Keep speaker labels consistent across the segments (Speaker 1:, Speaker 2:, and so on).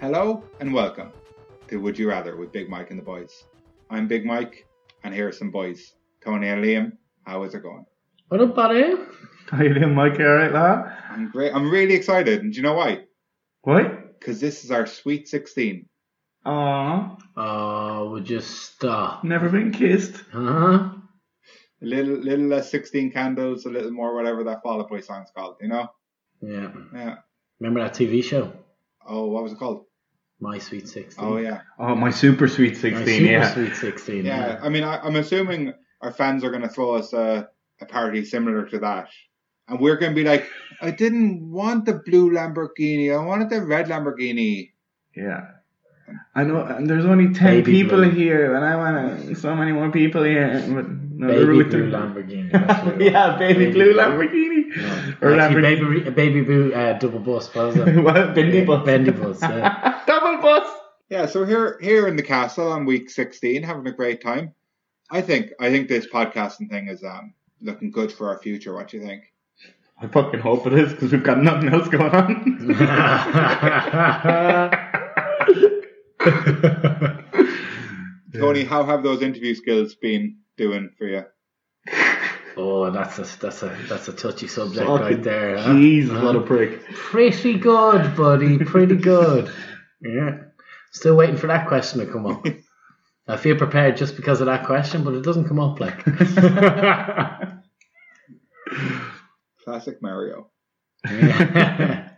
Speaker 1: Hello and welcome to Would You Rather with Big Mike and the Boys. I'm Big Mike, and here are some boys, Tony and Liam. How is it going?
Speaker 2: What up, buddy?
Speaker 3: How you doing, Mike? You alright, lad?
Speaker 1: I'm great. I'm really excited, and do you know why?
Speaker 3: What?
Speaker 1: Because this is our Sweet 16.
Speaker 3: Aww,
Speaker 2: Oh, would you stop?
Speaker 3: never been kissed.
Speaker 2: Huh?
Speaker 1: A little, little less 16 candles, a little more whatever that Fall Out Boy song's called. You know?
Speaker 2: Yeah.
Speaker 1: Yeah.
Speaker 2: Remember that TV show,
Speaker 1: Oh, what was it called?
Speaker 2: My Sweet Sixteen?
Speaker 1: Oh yeah,
Speaker 3: Oh, my super sweet
Speaker 2: My
Speaker 3: sixteen.
Speaker 2: Super
Speaker 3: yeah.
Speaker 2: Sweet Sixteen.
Speaker 1: yeah. I mean, I, I'm assuming our fans are going to throw us a, a party similar to that. And we're going to be like, I didn't want the blue Lamborghini. I wanted the red Lamborghini.
Speaker 3: Yeah. I know, and there's only ten
Speaker 2: Baby
Speaker 3: people
Speaker 2: blue.
Speaker 3: here, and I want so many more people here. But no,
Speaker 2: Baby
Speaker 3: they're with
Speaker 2: blue
Speaker 3: the-
Speaker 2: Lamborghini. that's what it
Speaker 3: yeah,
Speaker 2: was.
Speaker 3: baby, blue Lamborghini.
Speaker 2: No.
Speaker 3: Or
Speaker 2: Actually,
Speaker 3: Lamborghini.
Speaker 2: baby, baby blue uh, double bus. What was it?
Speaker 3: what? Bendy bus.
Speaker 2: Bendy bus. Yeah.
Speaker 3: Double bus.
Speaker 1: Yeah, so here here in the castle on week sixteen, having a great time. I think I think this podcasting thing is um looking good for our future. What do you think?
Speaker 3: I fucking hope it is because we've got nothing else going on.
Speaker 1: Tony, how have those interview skills been doing for you?
Speaker 2: oh, that's a that's a that's a touchy subject
Speaker 3: Fucking
Speaker 2: right there. Huh? Uh-huh.
Speaker 3: Jesus,
Speaker 2: Huh?
Speaker 3: what a prick.
Speaker 2: Pretty good, buddy. Pretty good. yeah. Still waiting for that question to come up. I feel prepared just because of that question, but it doesn't come up like.
Speaker 1: Classic Mario.
Speaker 2: Yeah.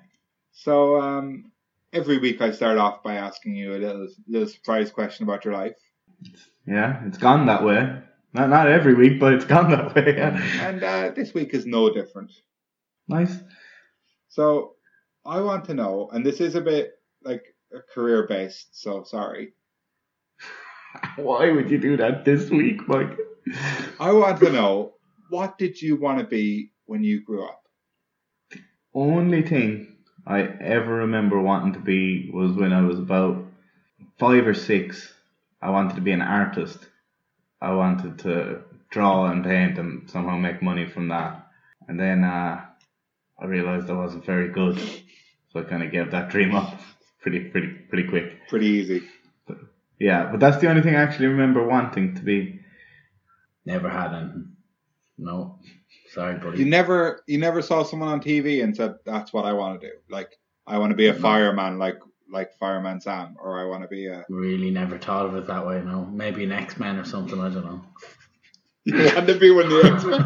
Speaker 1: So um every week I start off by asking you a little little surprise question about your life.
Speaker 3: Yeah, it's gone that way. Not not every week, but it's gone that way. yeah.
Speaker 1: And uh, this week is no different.
Speaker 3: Nice.
Speaker 1: So I want to know, and this is a bit like career based, so sorry.
Speaker 3: Why would you do that this week, Mike?
Speaker 1: I want to know what did you want to be when you grew up?
Speaker 3: Only thing I ever remember wanting to be was when I was about five or six. I wanted to be an artist. I wanted to draw and paint and somehow make money from that. And then uh, I realized I wasn't very good, so I kind of gave that dream up pretty pretty pretty quick.
Speaker 1: Pretty easy.
Speaker 3: Yeah, but that's the only thing I actually remember wanting to be.
Speaker 2: Never had anything. No. Sorry, buddy.
Speaker 1: You never you never saw someone on TV and said that's what I want to do. Like I want to be a
Speaker 2: No.
Speaker 1: fireman like like fireman Sam or I want to be a
Speaker 2: really never thought of it that way. No. Maybe an X Men or something. I don't know.
Speaker 1: you want to be one of the X-Men.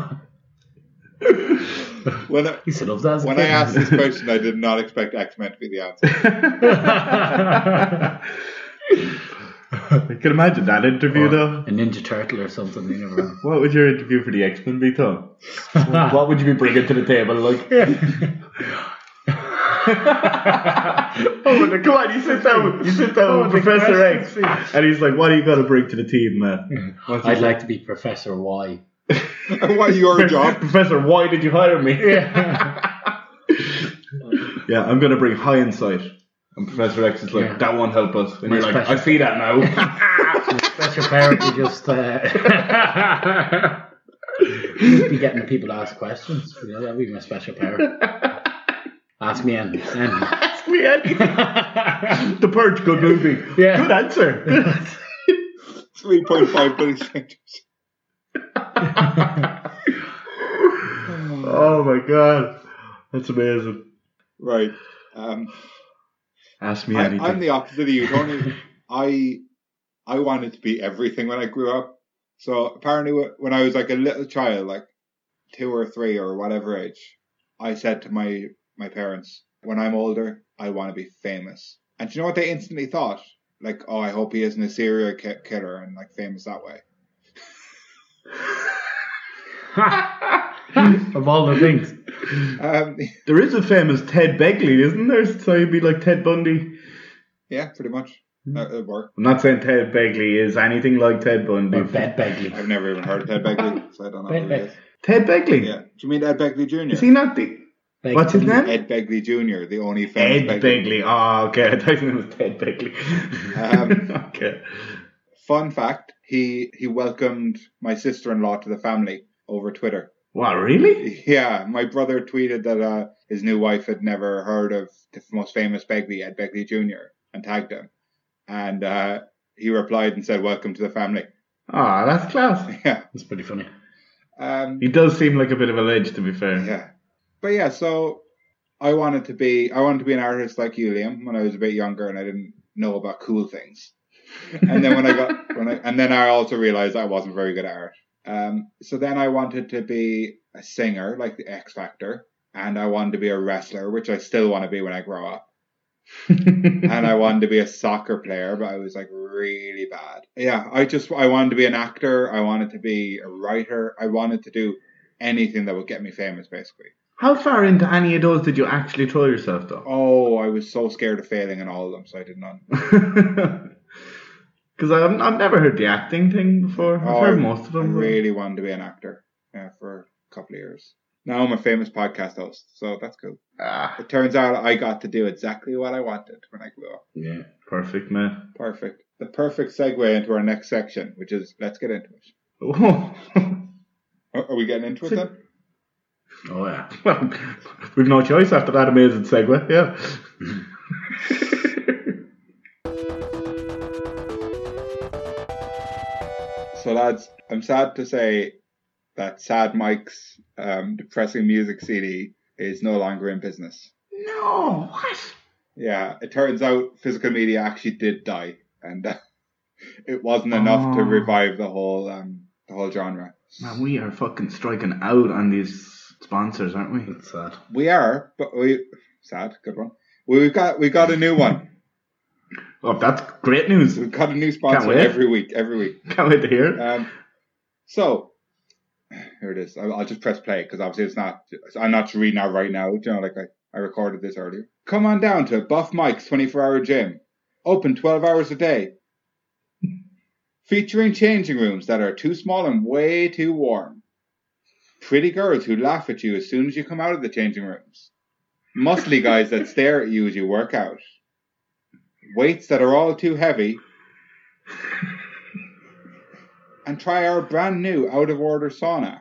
Speaker 1: When I,
Speaker 2: He said, "Love that." as a
Speaker 1: when I
Speaker 2: kid.
Speaker 1: asked this question, I did not expect X-Men to be the answer.
Speaker 3: I can imagine that interview though.
Speaker 2: a Ninja Turtle or something, you never know.
Speaker 3: What would your interview for the X Men be, Tom? what would you be bringing to the table? Like, oh, no, come on, you sit down, you sit down with Professor X, and he's like, "What are you gonna bring to the team, man?" What's
Speaker 2: I'd
Speaker 3: he-
Speaker 2: like to be Professor Y.
Speaker 1: And what your job?
Speaker 3: Professor, why did you hire me? yeah, I'm gonna bring high insight. And Professor X is like,
Speaker 2: Yeah.
Speaker 3: that won't help us. And
Speaker 2: My
Speaker 3: you're like,
Speaker 2: special-
Speaker 3: I see that now.
Speaker 2: Special parent would just uh, be getting the people to ask questions. You know, that'd be my special parent. Ask me anything. anything.
Speaker 3: Ask me anything. the Purge, good movie.
Speaker 2: Yeah.
Speaker 3: Good answer.
Speaker 1: 3.5 billion strangers.
Speaker 3: oh my god. That's amazing.
Speaker 1: Right. Um,
Speaker 3: Ask me
Speaker 1: I,
Speaker 3: anything.
Speaker 1: I'm the opposite of you, Tony. I I wanted to be everything when I grew up. So apparently, wh- when I was like a little child, like two or three or whatever age, I said to my my parents, "When I'm older, I want to be famous." And do you know what they instantly thought? Like, "Oh, I hope he isn't a serial ki- killer and like famous that way."
Speaker 2: of all the things.
Speaker 1: Um,
Speaker 3: there is a famous Ted Begley, isn't there? So you'd be like Ted Bundy.
Speaker 1: yeah, pretty much.
Speaker 3: Hmm.
Speaker 1: That would work.
Speaker 3: I'm not saying Ted Begley is anything like Ted Bundy.
Speaker 2: Or Bed Begley.
Speaker 1: I've never even heard of Ted Begley, so I don't know who he
Speaker 2: Bed
Speaker 1: is.
Speaker 3: Ted Begley?
Speaker 1: Yeah, do you mean Ed Begley Jr.?
Speaker 3: Is he not the
Speaker 2: Begley.
Speaker 3: What's his name?
Speaker 1: Ed Begley Jr., the only
Speaker 3: Ed
Speaker 1: famous
Speaker 3: Begley. Oh, okay. I thought his name was Ted Begley.
Speaker 1: Um,
Speaker 3: okay.
Speaker 1: Fun fact: he he welcomed my sister-in-law to the family over Twitter.
Speaker 3: What, really?
Speaker 1: Yeah, my brother tweeted that uh, his new wife had never heard of the most famous Begley, Ed Begley Jr. and tagged him. And uh, he replied and said, "Welcome to the family."
Speaker 3: Ah, that's class.
Speaker 1: yeah.
Speaker 2: That's pretty funny.
Speaker 1: Um,
Speaker 3: He does seem like a bit of a ledge, to be fair.
Speaker 1: yeah. But yeah, so I wanted to be I wanted to be an artist like you, Liam, when I was a bit younger and I didn't know about cool things. and then when I got when I and then I also realized I wasn't very good at art. Um, so then I wanted to be a singer, like the X Factor, and I wanted to be a wrestler, which I still want to be when I grow up. and I wanted to be a soccer player, but I was like really bad. Yeah, I just I wanted to be an actor. I wanted to be a writer. I wanted to do anything that would get me famous, basically.
Speaker 3: How far into any of those did you actually throw yourself, though?
Speaker 1: Oh, I was so scared of failing in all of them, so I did not.
Speaker 3: Because I've, I've never heard the acting thing before. I've
Speaker 1: Oh,
Speaker 3: heard most of
Speaker 1: I
Speaker 3: them.
Speaker 1: really wanted to be an actor uh, for a couple of years. Now I'm a famous podcast host, so that's cool.
Speaker 3: Ah,
Speaker 1: It turns out I got to do exactly what I wanted when I grew up.
Speaker 3: yeah, perfect, man.
Speaker 1: Perfect. The perfect segue into our next section, which is let's get into it.
Speaker 3: Oh,
Speaker 1: Are are we getting into it then?
Speaker 2: Oh yeah.
Speaker 3: well, we've no choice after that amazing segue, yeah.
Speaker 1: So, lads, I'm sad to say that Sad Mike's um, depressing music CD is no longer in business.
Speaker 3: no, what?
Speaker 1: Yeah, it turns out physical media actually did die, and uh, it wasn't enough to
Speaker 3: Oh.
Speaker 1: revive the whole um, the whole genre.
Speaker 3: Man, we are fucking striking out on these sponsors, aren't we?
Speaker 2: That's sad.
Speaker 1: We are, but we sad. Good one. We've got we got a new one.
Speaker 3: Oh, that's great news.
Speaker 1: We've got a new sponsor
Speaker 3: wait.
Speaker 1: every week. Every week.
Speaker 3: Can't wait to hear it.
Speaker 1: Um, so here it is. I'll, I'll just press play because obviously it's not. I'm not reading out right now. You know, like I, I recorded this earlier. Come on down to Buff Mike's 24 hour gym, open 12 hours a day, featuring changing rooms that are too small and way too warm. Pretty girls who laugh at you as soon as you come out of the changing rooms. Muscly guys that stare at you as you work out. Weights that are all too heavy and try our brand new out of order sauna.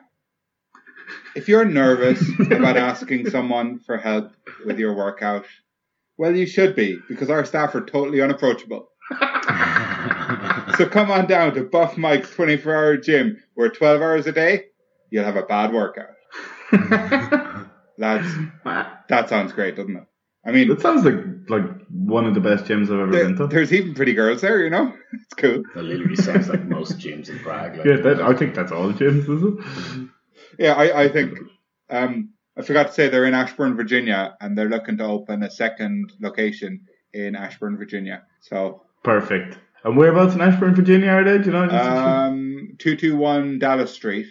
Speaker 1: If you're nervous about asking someone for help with your workout, well, you should be because our staff are totally unapproachable. So come on down to Buff Mike's 24 hour gym where 12 hours a day, you'll have a bad workout. Lads,
Speaker 3: Man,
Speaker 1: that sounds great, doesn't it? I mean,
Speaker 3: That sounds like like one of the best gyms I've ever
Speaker 1: there,
Speaker 3: been to.
Speaker 1: there's even pretty girls there, you know? It's cool.
Speaker 2: that literally sounds like most gyms in Prague. Like,
Speaker 3: yeah, that, I think that's all gyms, is it?
Speaker 1: Yeah, I, I think um, I forgot to say they're in Ashburn, Virginia, and they're looking to open a second location in Ashburn, Virginia. So
Speaker 3: Perfect. And whereabouts in Ashburn, Virginia are they? Do you know? Just-
Speaker 1: um, two two one Dallas Street,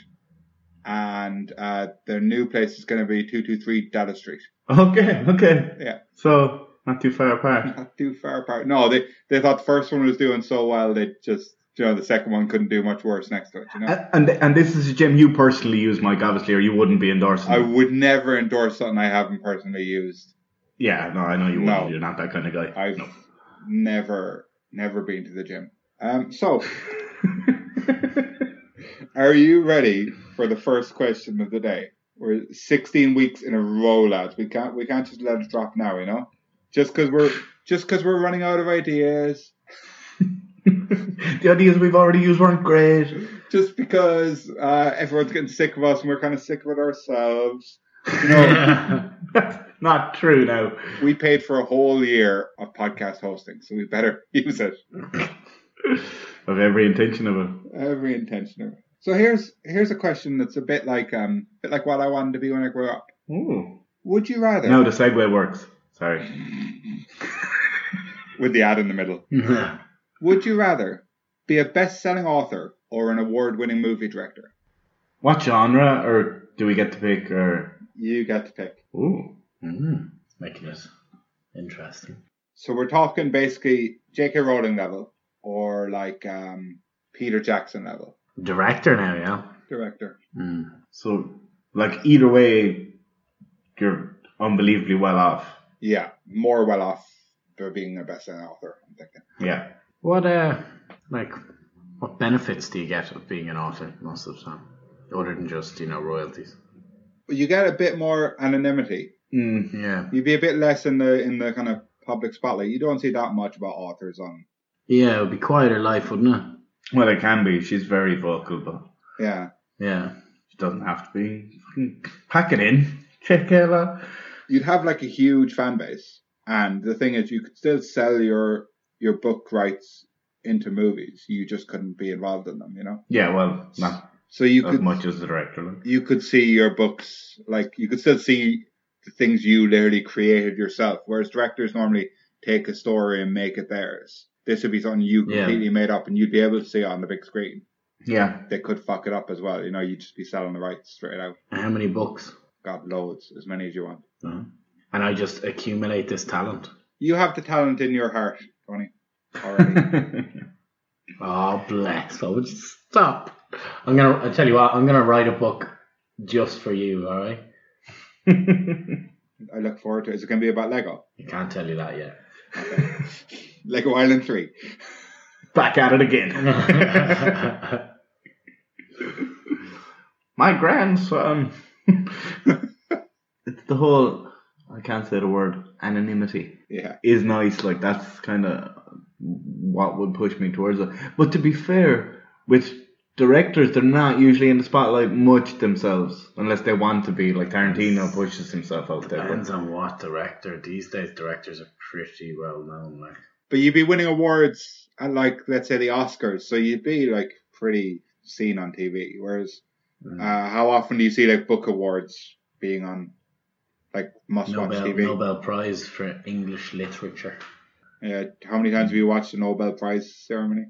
Speaker 1: and uh, their new place is going to be two two three Dallas Street.
Speaker 3: okay, okay.
Speaker 1: Yeah.
Speaker 3: So not too far apart.
Speaker 1: Not too far apart. No, they they thought the first one was doing so well they just you know the second one couldn't do much worse next to it. You know,
Speaker 3: And and- and this is a gym you personally use, Mike, obviously, or you wouldn't be endorsing.
Speaker 1: I
Speaker 3: it.
Speaker 1: would never endorse something I haven't personally used.
Speaker 3: yeah, no, I know you wouldn't.
Speaker 1: No.
Speaker 3: You're not that kind of guy.
Speaker 1: I've never never been to the gym. Um, so. Are you ready for the first question of the day? We're 16 weeks in a row, lads. We can't we can't just let it drop now, you know. Just because we're just because we're running out of ideas.
Speaker 3: the ideas we've already used weren't great.
Speaker 1: Just because uh, everyone's getting sick of us and we're kind of sick of it ourselves. You know,
Speaker 3: That's not true now.
Speaker 1: we paid for a whole year of podcast hosting, so we better use it.
Speaker 3: Of every intention of it.
Speaker 1: Every intention of it. So here's here's a question that's a bit like um bit like what I wanted to be when I grew up.
Speaker 3: Ooh.
Speaker 1: Would you rather
Speaker 3: No, the segue works. Sorry.
Speaker 1: with the ad in the middle?
Speaker 2: Hmm.
Speaker 1: Would you rather be a best selling author or an award winning movie director?
Speaker 3: What genre, or do we get to pick, or
Speaker 1: You get to pick.
Speaker 3: ooh,
Speaker 2: Mm, it's making it interesting.
Speaker 1: So we're talking basically J.K. Rowling level or like um, Peter Jackson level
Speaker 2: Director now, yeah.
Speaker 1: director.
Speaker 2: Mm.
Speaker 3: so like either way, you're unbelievably well off.
Speaker 1: Yeah, more well off for being a best selling author, I'm thinking.
Speaker 3: Yeah.
Speaker 2: What uh, like, what benefits do you get of being an author most of the time, other than just you know royalties?
Speaker 1: But you get a bit more anonymity.
Speaker 3: Mm.
Speaker 2: Yeah.
Speaker 1: You'd be a bit less in the in the kind of public spotlight. You don't see that much about authors on.
Speaker 2: Yeah, it would be quieter life, wouldn't it?
Speaker 3: Well, it can be. She's very vocal, but
Speaker 1: Yeah,
Speaker 2: Yeah.
Speaker 3: she doesn't have to be. Fucking Pack it in. Check it out.
Speaker 1: you'd have like a huge fan base, and the thing is, you could still sell your your book rights into movies. You just couldn't be involved in them, you know.
Speaker 3: Yeah, well, not
Speaker 1: So you
Speaker 3: as
Speaker 1: could
Speaker 3: much as the director. like.
Speaker 1: you could see your books like you could still see the things you literally created yourself whereas directors normally take a story and make it theirs this would be something you
Speaker 2: Yeah.
Speaker 1: completely made up and you'd be able to see it on the big screen
Speaker 3: Yeah.
Speaker 1: they could fuck it up as well you know you'd just be selling the rights straight out
Speaker 2: How many books?
Speaker 1: got loads as many as you want
Speaker 2: Uh-huh. And I just accumulate this talent.
Speaker 1: you have the talent in your heart Tony already
Speaker 2: Oh, bless. I would stop. I'm going to, I tell you what, I'm going to write a book just for you, all right?
Speaker 1: I look forward to it is it going to be about Lego
Speaker 2: I can't tell you that yet.
Speaker 1: Lego Island 3
Speaker 3: Back at it again. My um, grandson. it's the whole. I can't say the word. Anonymity.
Speaker 1: yeah
Speaker 3: is nice. Like that's kind of what would push me towards it. But to be fair, with directors, they're not usually in the spotlight much themselves, unless they want to be. Like Tarantino pushes himself out there.
Speaker 2: Depends on what director. These days, directors are pretty well known. Like,
Speaker 1: but you'd be winning awards at like let's say the Oscars, so you'd be like pretty seen on TV. Whereas,
Speaker 2: Mm.
Speaker 1: uh, how often do you see like book awards being on like must-watch
Speaker 2: Nobel,
Speaker 1: TV?
Speaker 2: Nobel Prize for English literature.
Speaker 1: Yeah, how many times have you watched the Nobel Prize ceremony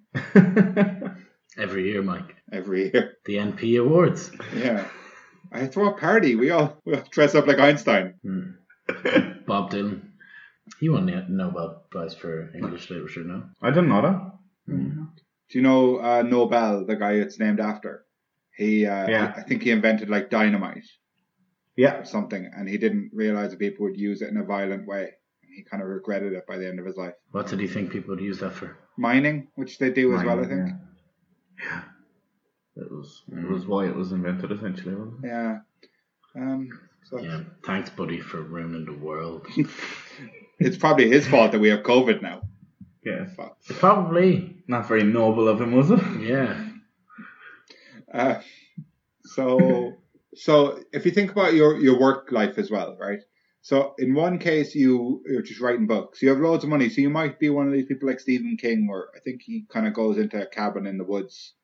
Speaker 2: Every year, Mike.
Speaker 1: every year?
Speaker 2: The NP Awards.
Speaker 1: Yeah, I throw a party. We all we all dress up like Einstein.
Speaker 2: Hmm. Bob Dylan. He won the Nobel Prize for English literature, no? Hmm.
Speaker 3: I didn't know that.
Speaker 1: Do you know uh, Nobel, the guy it's named after? He, uh,
Speaker 3: Yeah.
Speaker 1: I think he invented like dynamite.
Speaker 3: Yeah.
Speaker 1: or something, and he didn't realize that people would use it in a violent way. He kind of regretted it by the end of his life.
Speaker 2: What did he think people would use that for?
Speaker 1: Mining, which they do as well, I think.
Speaker 3: Yeah. It was. It was why it was invented, essentially. Wasn't it?
Speaker 1: Yeah. Um, so
Speaker 2: Yeah. Thanks, buddy, for ruining the world.
Speaker 1: it's probably his fault that we have COVID now.
Speaker 3: Yeah.
Speaker 1: Fuck.
Speaker 2: Probably.
Speaker 3: Not very noble of him, was it?
Speaker 2: Yeah.
Speaker 1: Uh, so, so if you think about your your work life as well, right? So in one case, you you're just writing books. You have loads of money, so you might be one of these people like Stephen King, where I think he kind of goes into a cabin in the woods,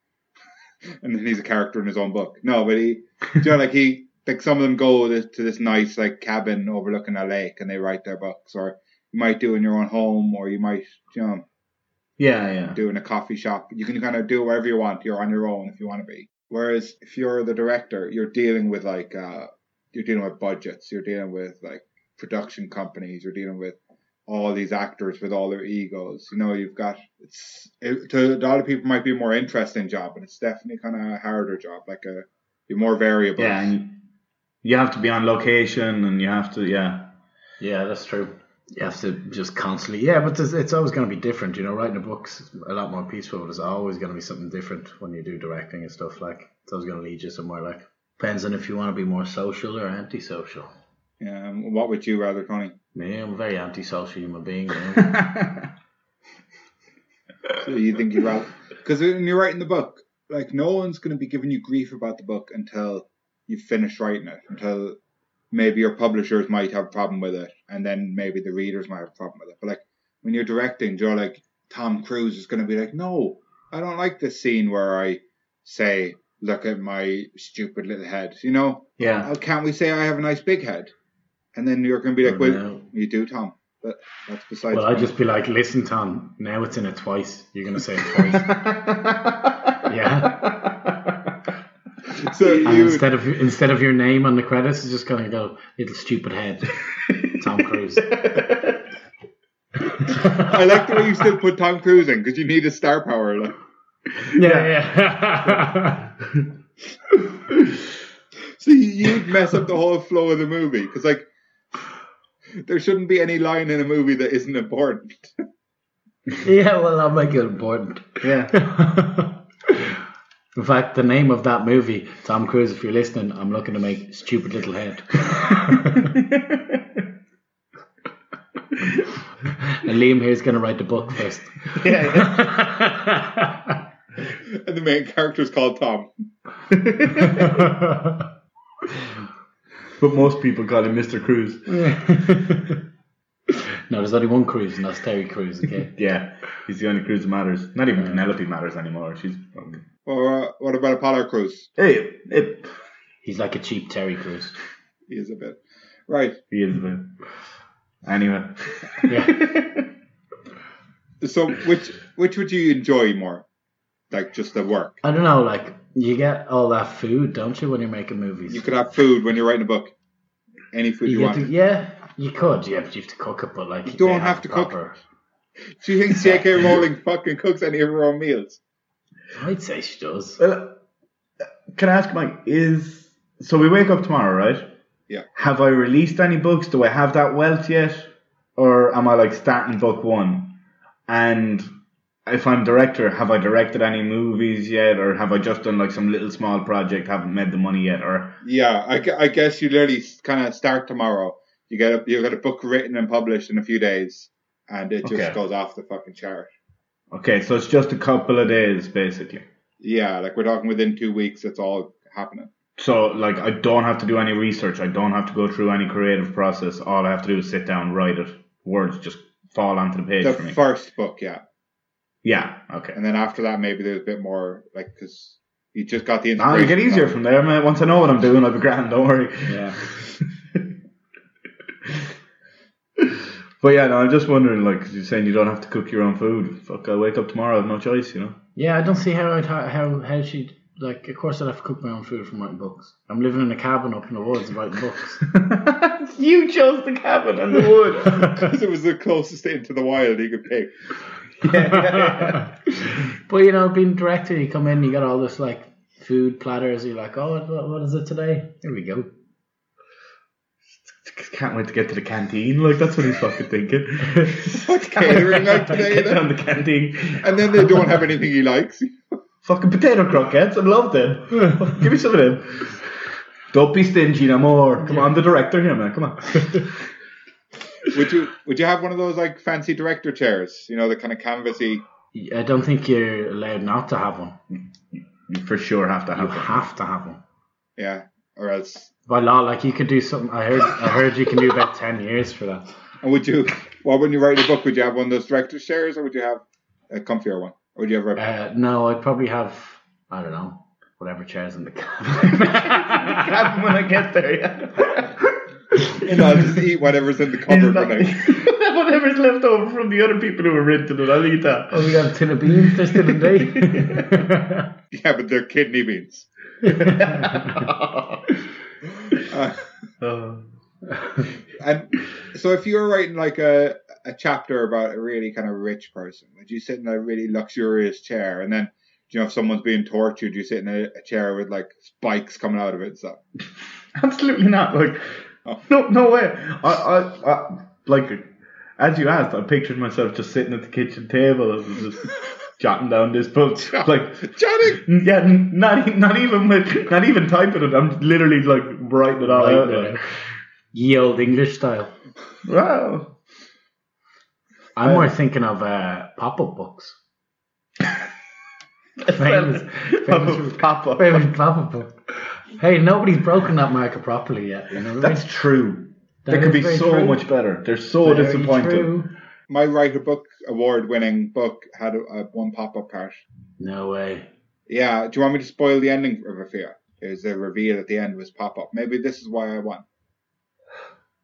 Speaker 1: and then he's a character in his own book. No, but he, you know, like he like some of them go to, to this nice like cabin overlooking a lake, and they write their books, or you might do it in your own home, or you might you know
Speaker 3: Yeah. Yeah.
Speaker 1: do in a coffee shop. You can kind of do wherever you want. You're on your own if you want to be. Whereas if you're the director, you're dealing with like uh, you're dealing with budgets. You're dealing with like production companies. You're dealing with all these actors with all their egos. You know, you've got it's it, to a lot of people might be a more interesting job, but it's definitely kind of a harder job. Like a you're more variable.
Speaker 3: Yeah. And you have to be on location, and you have to. Yeah.
Speaker 2: Yeah, that's true. You have to just constantly. Yeah, but it's, it's always going to be different. You know, writing a book's a lot more peaceful, but it's always going to be something different when you do directing and stuff. Like, it's always going to lead you somewhere. Like, depends on if you want to be more social or antisocial.
Speaker 1: Um, what would you rather, Tony?
Speaker 2: Me, I'm a very antisocial human being. You know?
Speaker 1: So you think you'd rather because when you're writing the book, like no one's going to be giving you grief about the book until you finish writing it. Until maybe your publishers might have a problem with it, and then maybe the readers might have a problem with it. But like when you're directing, you're like Tom Cruise is going to be like, no, I don't like this scene where I say, look at my stupid little head. You know,
Speaker 3: Yeah.
Speaker 1: oh, can't we say I have a nice big head? And then you're going to be like,
Speaker 2: Oh,
Speaker 1: well,
Speaker 2: no.
Speaker 1: you do, Tom. But that's besides.
Speaker 2: well, I'd just be like, listen, Tom, now it's in it twice. You're going to say it twice. yeah.
Speaker 1: so
Speaker 2: And
Speaker 1: you,
Speaker 2: instead of instead of your name on the credits, it's just going to go, little stupid head, Tom Cruise.
Speaker 1: I like the way you still put Tom Cruise in because you need a star power. Like.
Speaker 2: Yeah, yeah.
Speaker 1: So you- you'd mess up the whole flow of the movie because, like, there shouldn't be any line in a movie that isn't important.
Speaker 2: yeah, well, I'll make it important.
Speaker 3: Yeah.
Speaker 2: In fact, the name of that movie, Tom Cruise, if you're listening, I'm looking to make Stupid Little Head. and Liam here's going to write the book first.
Speaker 3: yeah.
Speaker 1: And the main character is called Tom.
Speaker 2: yeah.
Speaker 3: But most people call him Mr. Cruz.
Speaker 2: no, there's only one cruise, and that's Terry Cruise. Okay.
Speaker 3: Yeah, he's the only Cruz that matters. Not even Penelope matters anymore. She's fucking-
Speaker 1: Or uh, what about Apollo Cruz?
Speaker 3: Hey, hey.
Speaker 2: He's like a cheap Terry Crews.
Speaker 1: He is a bit. Right.
Speaker 3: He is a bit. Anyway.
Speaker 1: So which which would you enjoy more? Like just the work.
Speaker 2: I don't know, like you get all that food, don't you, when you're making movies?
Speaker 1: You could have food when you're writing a book. Any food you,
Speaker 2: You get
Speaker 1: want.
Speaker 2: to- yeah, you could. Yeah, but you have to cook it. But like,
Speaker 1: You don't
Speaker 2: they
Speaker 1: have to cook.
Speaker 2: proper-
Speaker 1: Do you think J.K. Rowling fucking cooks any of her own meals?
Speaker 2: I'd say she does.
Speaker 3: Well, Uh, can I ask Mike? Is so we wake up tomorrow, right?
Speaker 1: Yeah.
Speaker 3: Have I released any books? Do I have that wealth yet, or am I like starting book one? And if I'm director, have I directed any movies yet, or have I just done like some little small project, haven't made the money yet, or
Speaker 1: Yeah, I, gu- I guess you literally kind of start tomorrow. You get a you get a book written and published in a few days, and it just
Speaker 3: Okay.
Speaker 1: goes off the fucking chart.
Speaker 3: okay, so it's just a couple of days basically.
Speaker 1: Yeah, like we're talking within two weeks, it's all happening.
Speaker 3: So like I don't have to do any research. I don't have to go through any creative process. All I have to do is sit down, write it. Words just fall onto the page
Speaker 1: The
Speaker 3: for me.
Speaker 1: first book, yeah,
Speaker 3: yeah. Okay.
Speaker 1: and then after that, maybe there's a bit more like because you just got the
Speaker 3: Ah,
Speaker 1: inspiration.
Speaker 3: it'll get easier from there, mate. Once I know what I'm doing, I'll be grand. Don't worry.
Speaker 2: Yeah.
Speaker 3: But yeah, no, I'm just wondering, like, 'cause you're saying you don't have to cook your own food. Fuck, I wake up tomorrow, I've no choice, you know.
Speaker 2: Yeah, I don't see how I'd, how how, how she like. Of course, I'd have to cook my own food from writing books. I'm living in a cabin up in the woods and writing books.
Speaker 3: you chose the cabin and the wood.
Speaker 1: because it was the closest thing to the wild you could pick.
Speaker 2: but you know, being director, you come in, you got all this like food platters. You're like, oh, what, what is it today? Here we go.
Speaker 3: Can't wait to get to the canteen. Like that's what he's fucking thinking.
Speaker 1: What's catering like today?
Speaker 3: get
Speaker 1: then?
Speaker 3: down the canteen.
Speaker 1: And then they don't have anything he likes.
Speaker 3: Fucking potato croquettes. I love them. Give me some of them. Don't be stingy no more. Come on, I'm the director here, man. Come on.
Speaker 1: Would you would you have one of those like fancy director chairs? You know, the kind of canvasy.
Speaker 2: I don't think you're allowed not to have one.
Speaker 3: you for sure have to
Speaker 2: You
Speaker 3: have it.
Speaker 2: have to have one.
Speaker 1: Yeah, or else.
Speaker 2: By law, like you could do something. I heard, I heard you can do about ten years for that.
Speaker 1: And would you? Well, when you write a book, would you have one of those director's chairs, or would you have a comfier one? Or would you have a
Speaker 2: Uh, no, I'd probably have, I don't know, whatever chairs in the cabin.
Speaker 3: Have them when I get there. Yeah.
Speaker 1: you know, I'll just eat whatever's in the cupboard when I,
Speaker 3: Whatever's left over from the other people who were renting it, I'll eat that.
Speaker 2: oh, we got a tin of beans. They're still in date.
Speaker 1: Yeah, but they're kidney beans.
Speaker 3: Oh,
Speaker 1: Uh,
Speaker 3: Um,
Speaker 1: and so, if you were writing like a a chapter about a really kind of rich person, would you sit in a really luxurious chair, and then you know if someone's being tortured, you sit in a, a chair with like spikes coming out of it and stuff.
Speaker 3: Absolutely not. Like, no, no way. I, I, I, like, as you asked, I pictured myself just sitting at the kitchen table, and just jotting down this book. Like,
Speaker 1: Johnny,
Speaker 2: Mm-hmm.
Speaker 3: yeah, n- not, e- not even with, not even typing it. I'm literally like writing it all out. Like,
Speaker 2: uh, Ye old English style.
Speaker 3: wow.
Speaker 2: I'm more thinking of uh, pop-up books. famous, famous,
Speaker 3: Pop up.
Speaker 2: famous pop-up book. Hey, nobody's broken that market properly yet. You know what I mean?
Speaker 3: That's true. They
Speaker 2: That
Speaker 3: could
Speaker 2: is
Speaker 3: be
Speaker 2: very
Speaker 3: so
Speaker 2: true.
Speaker 3: much better. They're so
Speaker 2: Very
Speaker 3: disappointed.
Speaker 2: true.
Speaker 1: my write a book award winning book had a, a one pop up part.
Speaker 2: No way.
Speaker 1: Yeah, do you want me to spoil the ending of Rafia? There's a reveal at the end was pop up. Maybe this is why I won.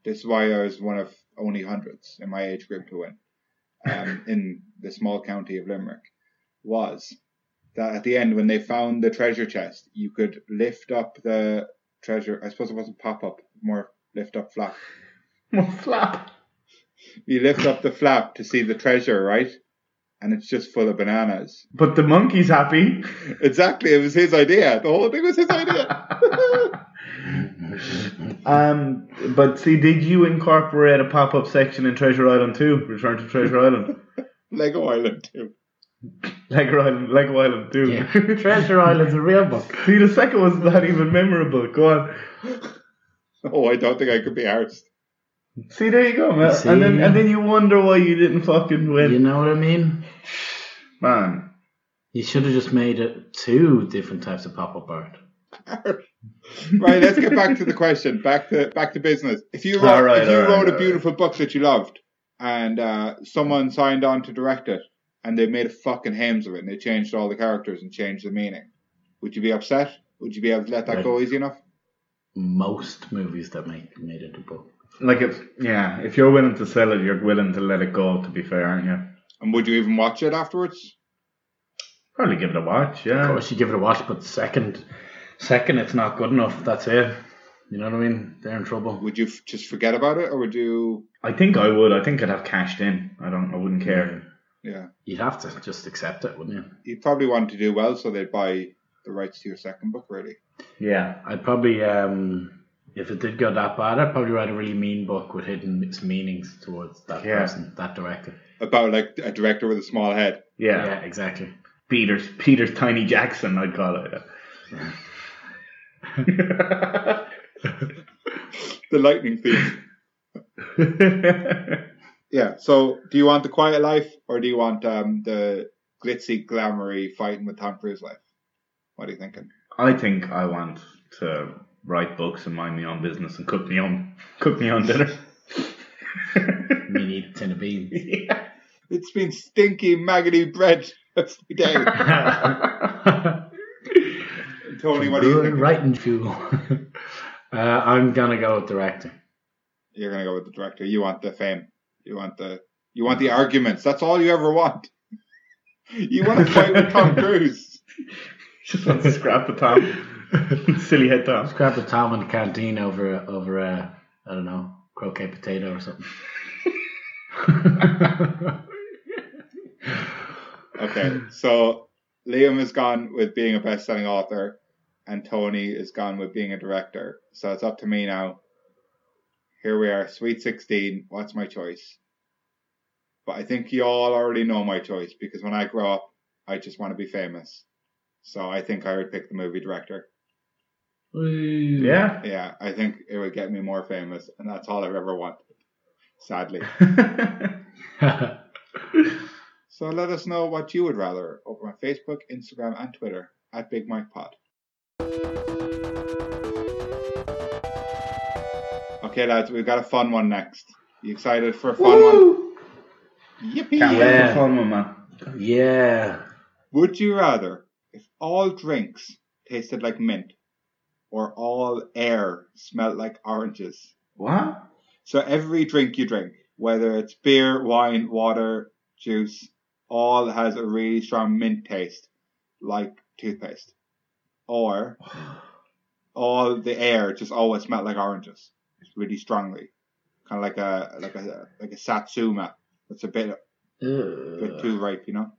Speaker 1: This is why I was one of only hundreds in my age group to win um, in the small county of Limerick. Was that at the end when they found the treasure chest, you could lift up the treasure. I suppose it wasn't pop up, more lift up flap.
Speaker 3: Well, flap.
Speaker 1: You lift up the flap to see the treasure, right? And it's just full of bananas.
Speaker 3: But the monkey's happy.
Speaker 1: Exactly, it was his idea. The whole thing was his idea.
Speaker 3: Um, but see, did you incorporate a pop-up section in Treasure Island 2? Return to Treasure Island,
Speaker 1: Lego Island too.
Speaker 3: Lego Island, Lego Island 2.
Speaker 2: Yeah. Treasure Island's a real book.
Speaker 3: see, the second one's not even memorable. Go on.
Speaker 1: Oh, I don't think I could be arsed.
Speaker 3: See, there you go, man.
Speaker 2: See?
Speaker 3: And then and then you wonder why you didn't fucking win,
Speaker 2: You know what I mean?
Speaker 3: man.
Speaker 2: You should have just made it two different types of pop up art.
Speaker 1: Right, let's get back to the question. Back to back to business. If you wrote,
Speaker 3: All right,
Speaker 1: if you
Speaker 3: all right, all
Speaker 1: wrote a
Speaker 3: right.
Speaker 1: beautiful book that you loved, and uh, someone signed on to direct it, and they made a fucking hames of it, and they changed all the characters and changed the meaning, would you be upset? Would you be able to let that
Speaker 2: Right.
Speaker 1: go easy enough?
Speaker 2: Most movies that make made into book.
Speaker 3: Like if yeah, if you're willing to sell it, you're willing to let it go. To be fair, aren't you?
Speaker 1: And would you even watch it afterwards?
Speaker 3: Probably give it a watch.
Speaker 2: Of
Speaker 3: Yeah.
Speaker 2: course, you give it a watch, but second, second, it's not good enough. That's it. You know what I mean? They're in trouble.
Speaker 1: Would you f- just forget about it, or would you?
Speaker 3: I think I would. I think I'd have cashed in. I don't. I wouldn't care.
Speaker 1: Yeah,
Speaker 2: You'd have to just accept it, wouldn't you?
Speaker 1: you'd probably want to do well, so they'd buy the rights to your second book, really.
Speaker 3: Yeah.
Speaker 2: I'd probably, um, if it did go that bad, I'd probably write a really mean book with hidden its meanings towards that
Speaker 3: Yeah.
Speaker 2: person, that director.
Speaker 1: About like a director with a small head.
Speaker 3: Yeah.
Speaker 2: yeah exactly.
Speaker 3: Peter's Peter's Tiny Jackson. I'd call it.
Speaker 1: The lightning thief. Yeah. So, do you want the quiet life, or do you want um, the glitzy, glamoury fighting with Tom Cruise life? What are you thinking?
Speaker 3: I think I want to write books and mind my own business and cook me own cook me own dinner.
Speaker 2: Me need a tin of beans.
Speaker 1: It's been stinky, maggoty bread every day. Tony, what are you thinking?
Speaker 2: Right in fuel. uh, I'm gonna go with director.
Speaker 1: You're gonna go with the director. You want the fame. You want the you want the arguments. That's all you ever want. You want to fight with Tom Cruise.
Speaker 3: Just want to scrap the Tom, silly head Tom.
Speaker 2: Grab a Tom in the canteen over over a I don't know croquet potato or something.
Speaker 1: Okay. So Liam is gone with being a best-selling author, and Tony is gone with being a director. So it's up to me now. Here we are, Sweet Sixteen. What's my choice? But I think you all already know my choice because when I grow up, I just want to be famous. So I think I would pick the movie director.
Speaker 3: Yeah.
Speaker 1: Yeah, I think it would get me more famous, and that's all I've ever wanted. Sadly. So let us know what you would rather over on Facebook, Instagram, and Twitter at Big Mike Pod. Okay, lads, we've got a fun one next. You excited for a fun
Speaker 3: Woo!
Speaker 1: one? Yippee!
Speaker 3: Can't wait
Speaker 2: Yeah.
Speaker 3: for fun one, man.
Speaker 2: yeah.
Speaker 1: Would you rather if all drinks tasted like mint, or all air smelled like oranges?
Speaker 3: What?
Speaker 1: So every drink you drink, whether it's beer, wine, water, juice, all has a really strong mint taste, like toothpaste. Or all the air just always smelled like oranges, It's really strongly, kind of like a like a like a satsuma. It's a bit a bit
Speaker 2: Ugh.
Speaker 1: too ripe, you know.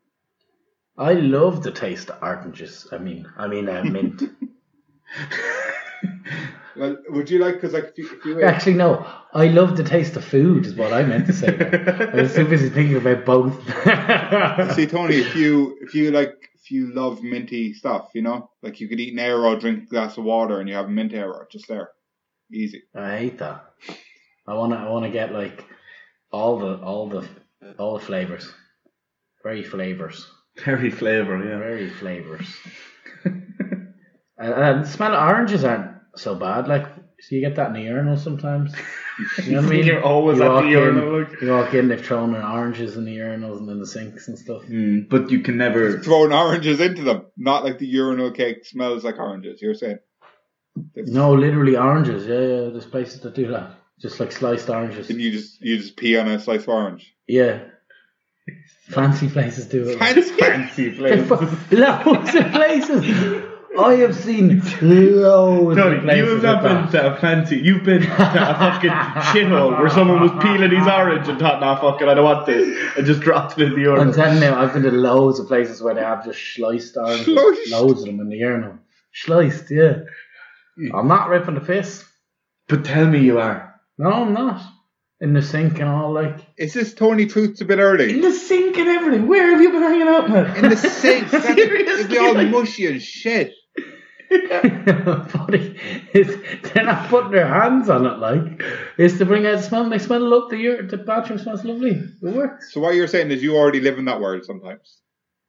Speaker 2: Uh, I love the taste of oranges. I mean, I mean uh, mint.
Speaker 1: Well, would you like? Because like if you, if you ate,
Speaker 2: Actually, no. I love the taste of food. Is what I meant to say. there. I was too busy thinking about both.
Speaker 1: see Tony, if you if you like if you love minty stuff, you know, like you could eat an arrow, drink a glass of water, and you have a mint arrow just there, easy.
Speaker 2: I hate that. I wanna I wanna get like all the all the all the flavors. Very flavors.
Speaker 3: Very flavour, yeah.
Speaker 2: Very flavors. and, and the smell of oranges aren't so bad. Like so you get that in the urinal sometimes. You know what I mean?
Speaker 3: You're always
Speaker 2: You
Speaker 3: at the
Speaker 2: walk in-
Speaker 3: urinal, like.
Speaker 2: You walk in, they've thrown in oranges in the urinals and in the sinks and stuff.
Speaker 3: Mm, but you can never.
Speaker 1: throwing oranges into them. Not like the urinal cake smells like oranges. You're saying
Speaker 2: No, literally oranges. Yeah, yeah. There's places that do that. Just like sliced oranges.
Speaker 1: and you just you just pee on a slice of orange.
Speaker 2: Yeah. Fancy places do it.
Speaker 1: Fancy.
Speaker 3: Fancy flavour.
Speaker 2: Fu- loads of places. I have seen loads
Speaker 3: Tony,
Speaker 2: of places.
Speaker 3: you have not been
Speaker 2: like that.
Speaker 3: to a fancy. You've been to a fucking shithole where someone was peeling his orange and thought, "Nah, fucking, I don't want this," and just dropped it in the
Speaker 2: I'm
Speaker 3: urinal.
Speaker 2: telling you, I've been to loads of places where they have just sliced oranges,
Speaker 1: Sliced?
Speaker 2: loads of them in the urinal. Sliced, yeah. I'm not ripping the piss.
Speaker 3: But tell me you are.
Speaker 2: No, I'm not. In the sink and all, like
Speaker 1: Is this Tony Truth's a bit early?
Speaker 3: the sink and everything. Where have you been hanging out, man?
Speaker 1: In the sink. That's- It'd be all mushy and shit.
Speaker 2: Funny. It's, they're not putting their hands on it, like. It's to bring out the smell. They smell it up. The, ur- the bathroom smells lovely. It works.
Speaker 1: So what you're saying is you already live in that world sometimes.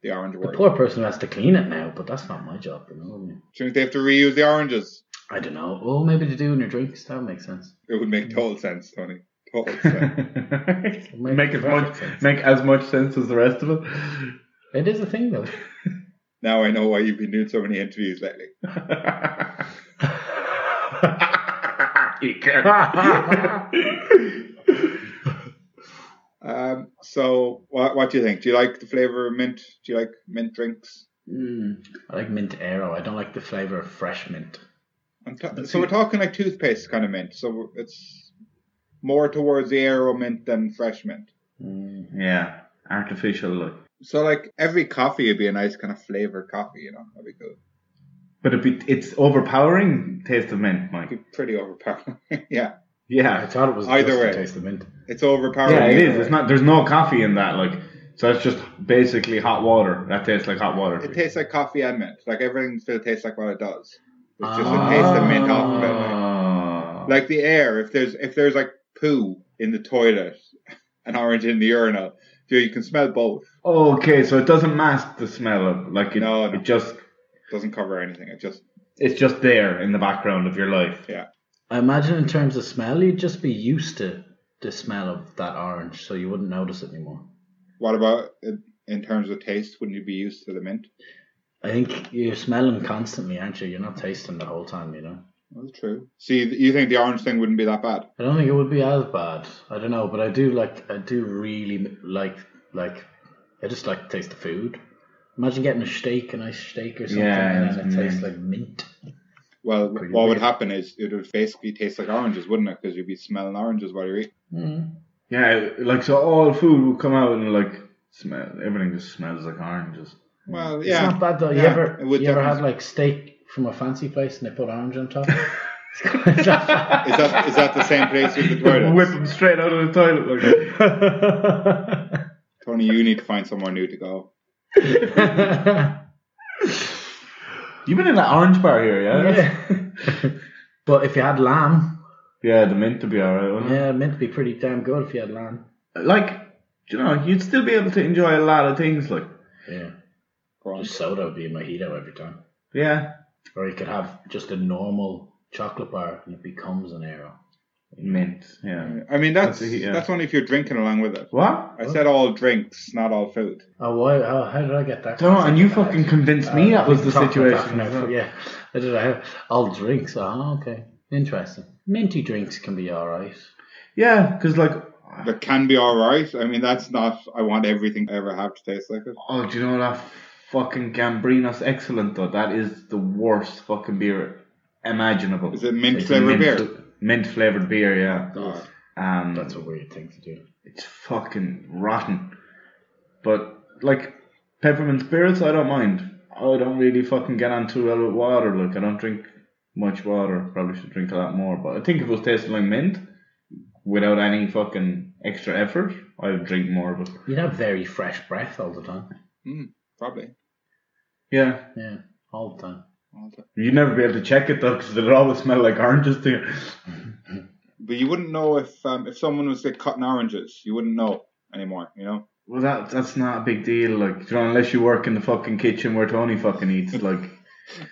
Speaker 1: The orange
Speaker 2: The
Speaker 1: world.
Speaker 2: poor person has to clean it now, but that's not my job. You know?
Speaker 1: Shouldn't they have to reuse the oranges?
Speaker 2: I don't know. Oh, maybe they do in their drinks. That would make sense.
Speaker 1: It would make total sense, Tony. Total sense.
Speaker 2: Make
Speaker 3: make
Speaker 2: perfect
Speaker 3: as much
Speaker 2: sense.
Speaker 3: make as much sense as the rest of it.
Speaker 2: It is a thing, though.
Speaker 1: now I know why you've been doing so many interviews lately.
Speaker 3: you can.
Speaker 1: Um, so what, what do you think? Do you like the flavor of mint? Do you like mint drinks?
Speaker 2: Mm, I like mint arrow. I don't like the flavor of fresh mint.
Speaker 1: I'm ta- so we're talking like toothpaste kind of mint. So we're- it's more towards the aero mint than fresh mint.
Speaker 2: Mm.
Speaker 3: yeah, artificial look.
Speaker 1: So like every coffee would be a nice kind of flavored coffee, you know? That'd be cool.
Speaker 3: But it be, it's overpowering taste of mint, Mike.
Speaker 1: It'd be pretty overpowering. yeah,
Speaker 2: I
Speaker 3: Yeah,
Speaker 2: thought it was
Speaker 1: Either
Speaker 2: just the
Speaker 1: way.
Speaker 2: taste of mint.
Speaker 1: it's overpowering.
Speaker 3: yeah, it
Speaker 1: either
Speaker 3: is. It's
Speaker 1: way.
Speaker 3: not. There's no coffee in that. Like, so it's just basically hot water. That tastes like hot water.
Speaker 1: It tastes like coffee and mint. Like everything still tastes like what it does. It's just
Speaker 2: Ah.
Speaker 1: a taste of mint off of it. Like,
Speaker 3: Ah.
Speaker 1: like the air if there's if there's like poo in the toilet and orange in the urinal you, you can smell both
Speaker 3: okay, so it doesn't mask the smell of like it,
Speaker 1: No, no.
Speaker 3: it just
Speaker 1: doesn't cover anything it just
Speaker 3: it's just there in the background of your life.
Speaker 2: I imagine in terms of smell, you'd just be used to the smell of that orange, so you wouldn't notice it anymore.
Speaker 1: what about in, in terms of taste wouldn't you be used to the mint
Speaker 2: I think you're smelling constantly, aren't you? You're not tasting the whole time, you know.
Speaker 1: that's true see you think the orange thing wouldn't be that bad
Speaker 2: I don't think it would be as bad. I don't know, but I do like. I do really like like. I just like the taste of food. Imagine getting a steak, a nice steak or something,
Speaker 3: Yeah,
Speaker 2: and
Speaker 3: it's
Speaker 2: then it tastes
Speaker 3: mint.
Speaker 2: like mint.
Speaker 1: well
Speaker 2: Pretty
Speaker 1: what would
Speaker 2: weird.
Speaker 1: happen is it would basically taste like oranges wouldn't it because you'd be smelling oranges while you're eating
Speaker 2: Mm.
Speaker 3: Yeah, like so all food will come out and like smell everything just smells like oranges.
Speaker 1: well
Speaker 2: Mm. It's
Speaker 1: yeah
Speaker 2: not bad though. You
Speaker 1: Yeah,
Speaker 2: ever
Speaker 1: it would
Speaker 2: you ever
Speaker 1: definitely-
Speaker 2: had like steak from a fancy place and they put orange on top? It's not-
Speaker 1: is that is that the same place with the toilet
Speaker 3: Whip them straight out of the toilet. Like,
Speaker 1: tony you need to find somewhere new to go
Speaker 3: You've been in that orange bar here, yeah?
Speaker 2: Yeah. but if you had lamb,
Speaker 3: Yeah, the mint to be alright, wouldn't it?
Speaker 2: yeah, mint would be pretty damn good if you had lamb.
Speaker 3: Like, you know, you'd still be able to enjoy a lot of things. Like,
Speaker 2: Yeah,
Speaker 1: Go on.
Speaker 2: just soda would be a mojito every time.
Speaker 3: yeah,
Speaker 2: Or you could have just a normal chocolate bar and it becomes an arrow.
Speaker 3: mint. Yeah.
Speaker 1: i mean that's
Speaker 3: That's a- yeah.
Speaker 1: that's only if you're drinking along with it
Speaker 3: What?
Speaker 1: i said all drinks not all food
Speaker 2: Oh, why? Oh, how did I get that?
Speaker 3: Don't. And you
Speaker 2: concept?
Speaker 3: fucking convinced me
Speaker 2: Uh,
Speaker 3: that was the
Speaker 2: we've talked about that
Speaker 3: situation.
Speaker 2: now, Yeah, I did. I have all drinks. Oh, okay, interesting. Minty drinks can be all right.
Speaker 3: Yeah, because like
Speaker 1: that can be all right. I mean, that's not. I want everything I ever have to taste like it.
Speaker 3: Oh, do you know that fucking Gambrinus excellent though? That is the worst fucking beer imaginable.
Speaker 1: Is it mint
Speaker 3: It's
Speaker 1: flavored beer?
Speaker 3: fl- Mint flavored beer, yeah.
Speaker 1: God.
Speaker 3: Um,
Speaker 2: That's a weird thing to do.
Speaker 3: it's fucking rotten. But like peppermint spirits, I don't mind. I don't really fucking get on too well with water. Like I don't drink much water. Probably should drink a lot more. But I think if it was tasting like mint, without any fucking extra effort, I would drink more of it.
Speaker 2: You'd have very fresh breath all the time.
Speaker 1: Probably.
Speaker 3: Yeah,
Speaker 2: Yeah, all the time.
Speaker 3: You'd never be able to check it though, because it always smell like oranges to you.
Speaker 1: But you wouldn't know if um, if someone was like, cutting oranges. You wouldn't know anymore. You know.
Speaker 3: Well, that that's not a big deal, like you know, unless you work in the fucking kitchen where Tony fucking eats, like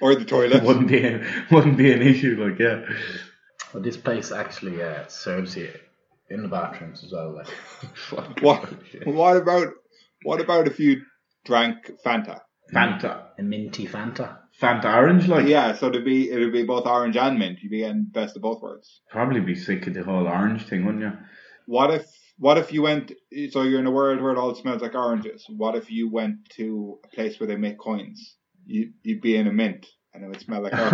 Speaker 1: Or the
Speaker 3: it
Speaker 1: toilet.
Speaker 3: wouldn't be a, wouldn't be an issue, like yeah.
Speaker 2: But this place actually uh, serves you in the bathrooms as well. Like,
Speaker 1: what? What about? What about if you drank Fanta?
Speaker 3: Fanta,
Speaker 2: a minty Fanta.
Speaker 3: Fanta orange, like
Speaker 1: Mm. Yeah. So it'd be it'd be both orange and mint. You'd be getting best of both worlds.
Speaker 3: probably be sick of the whole orange thing, wouldn't you?
Speaker 1: What if? What if you went? So you're in a world where it all smells like oranges. What if you went to a place where they make coins? You you'd be in a mint, and it would smell like orange.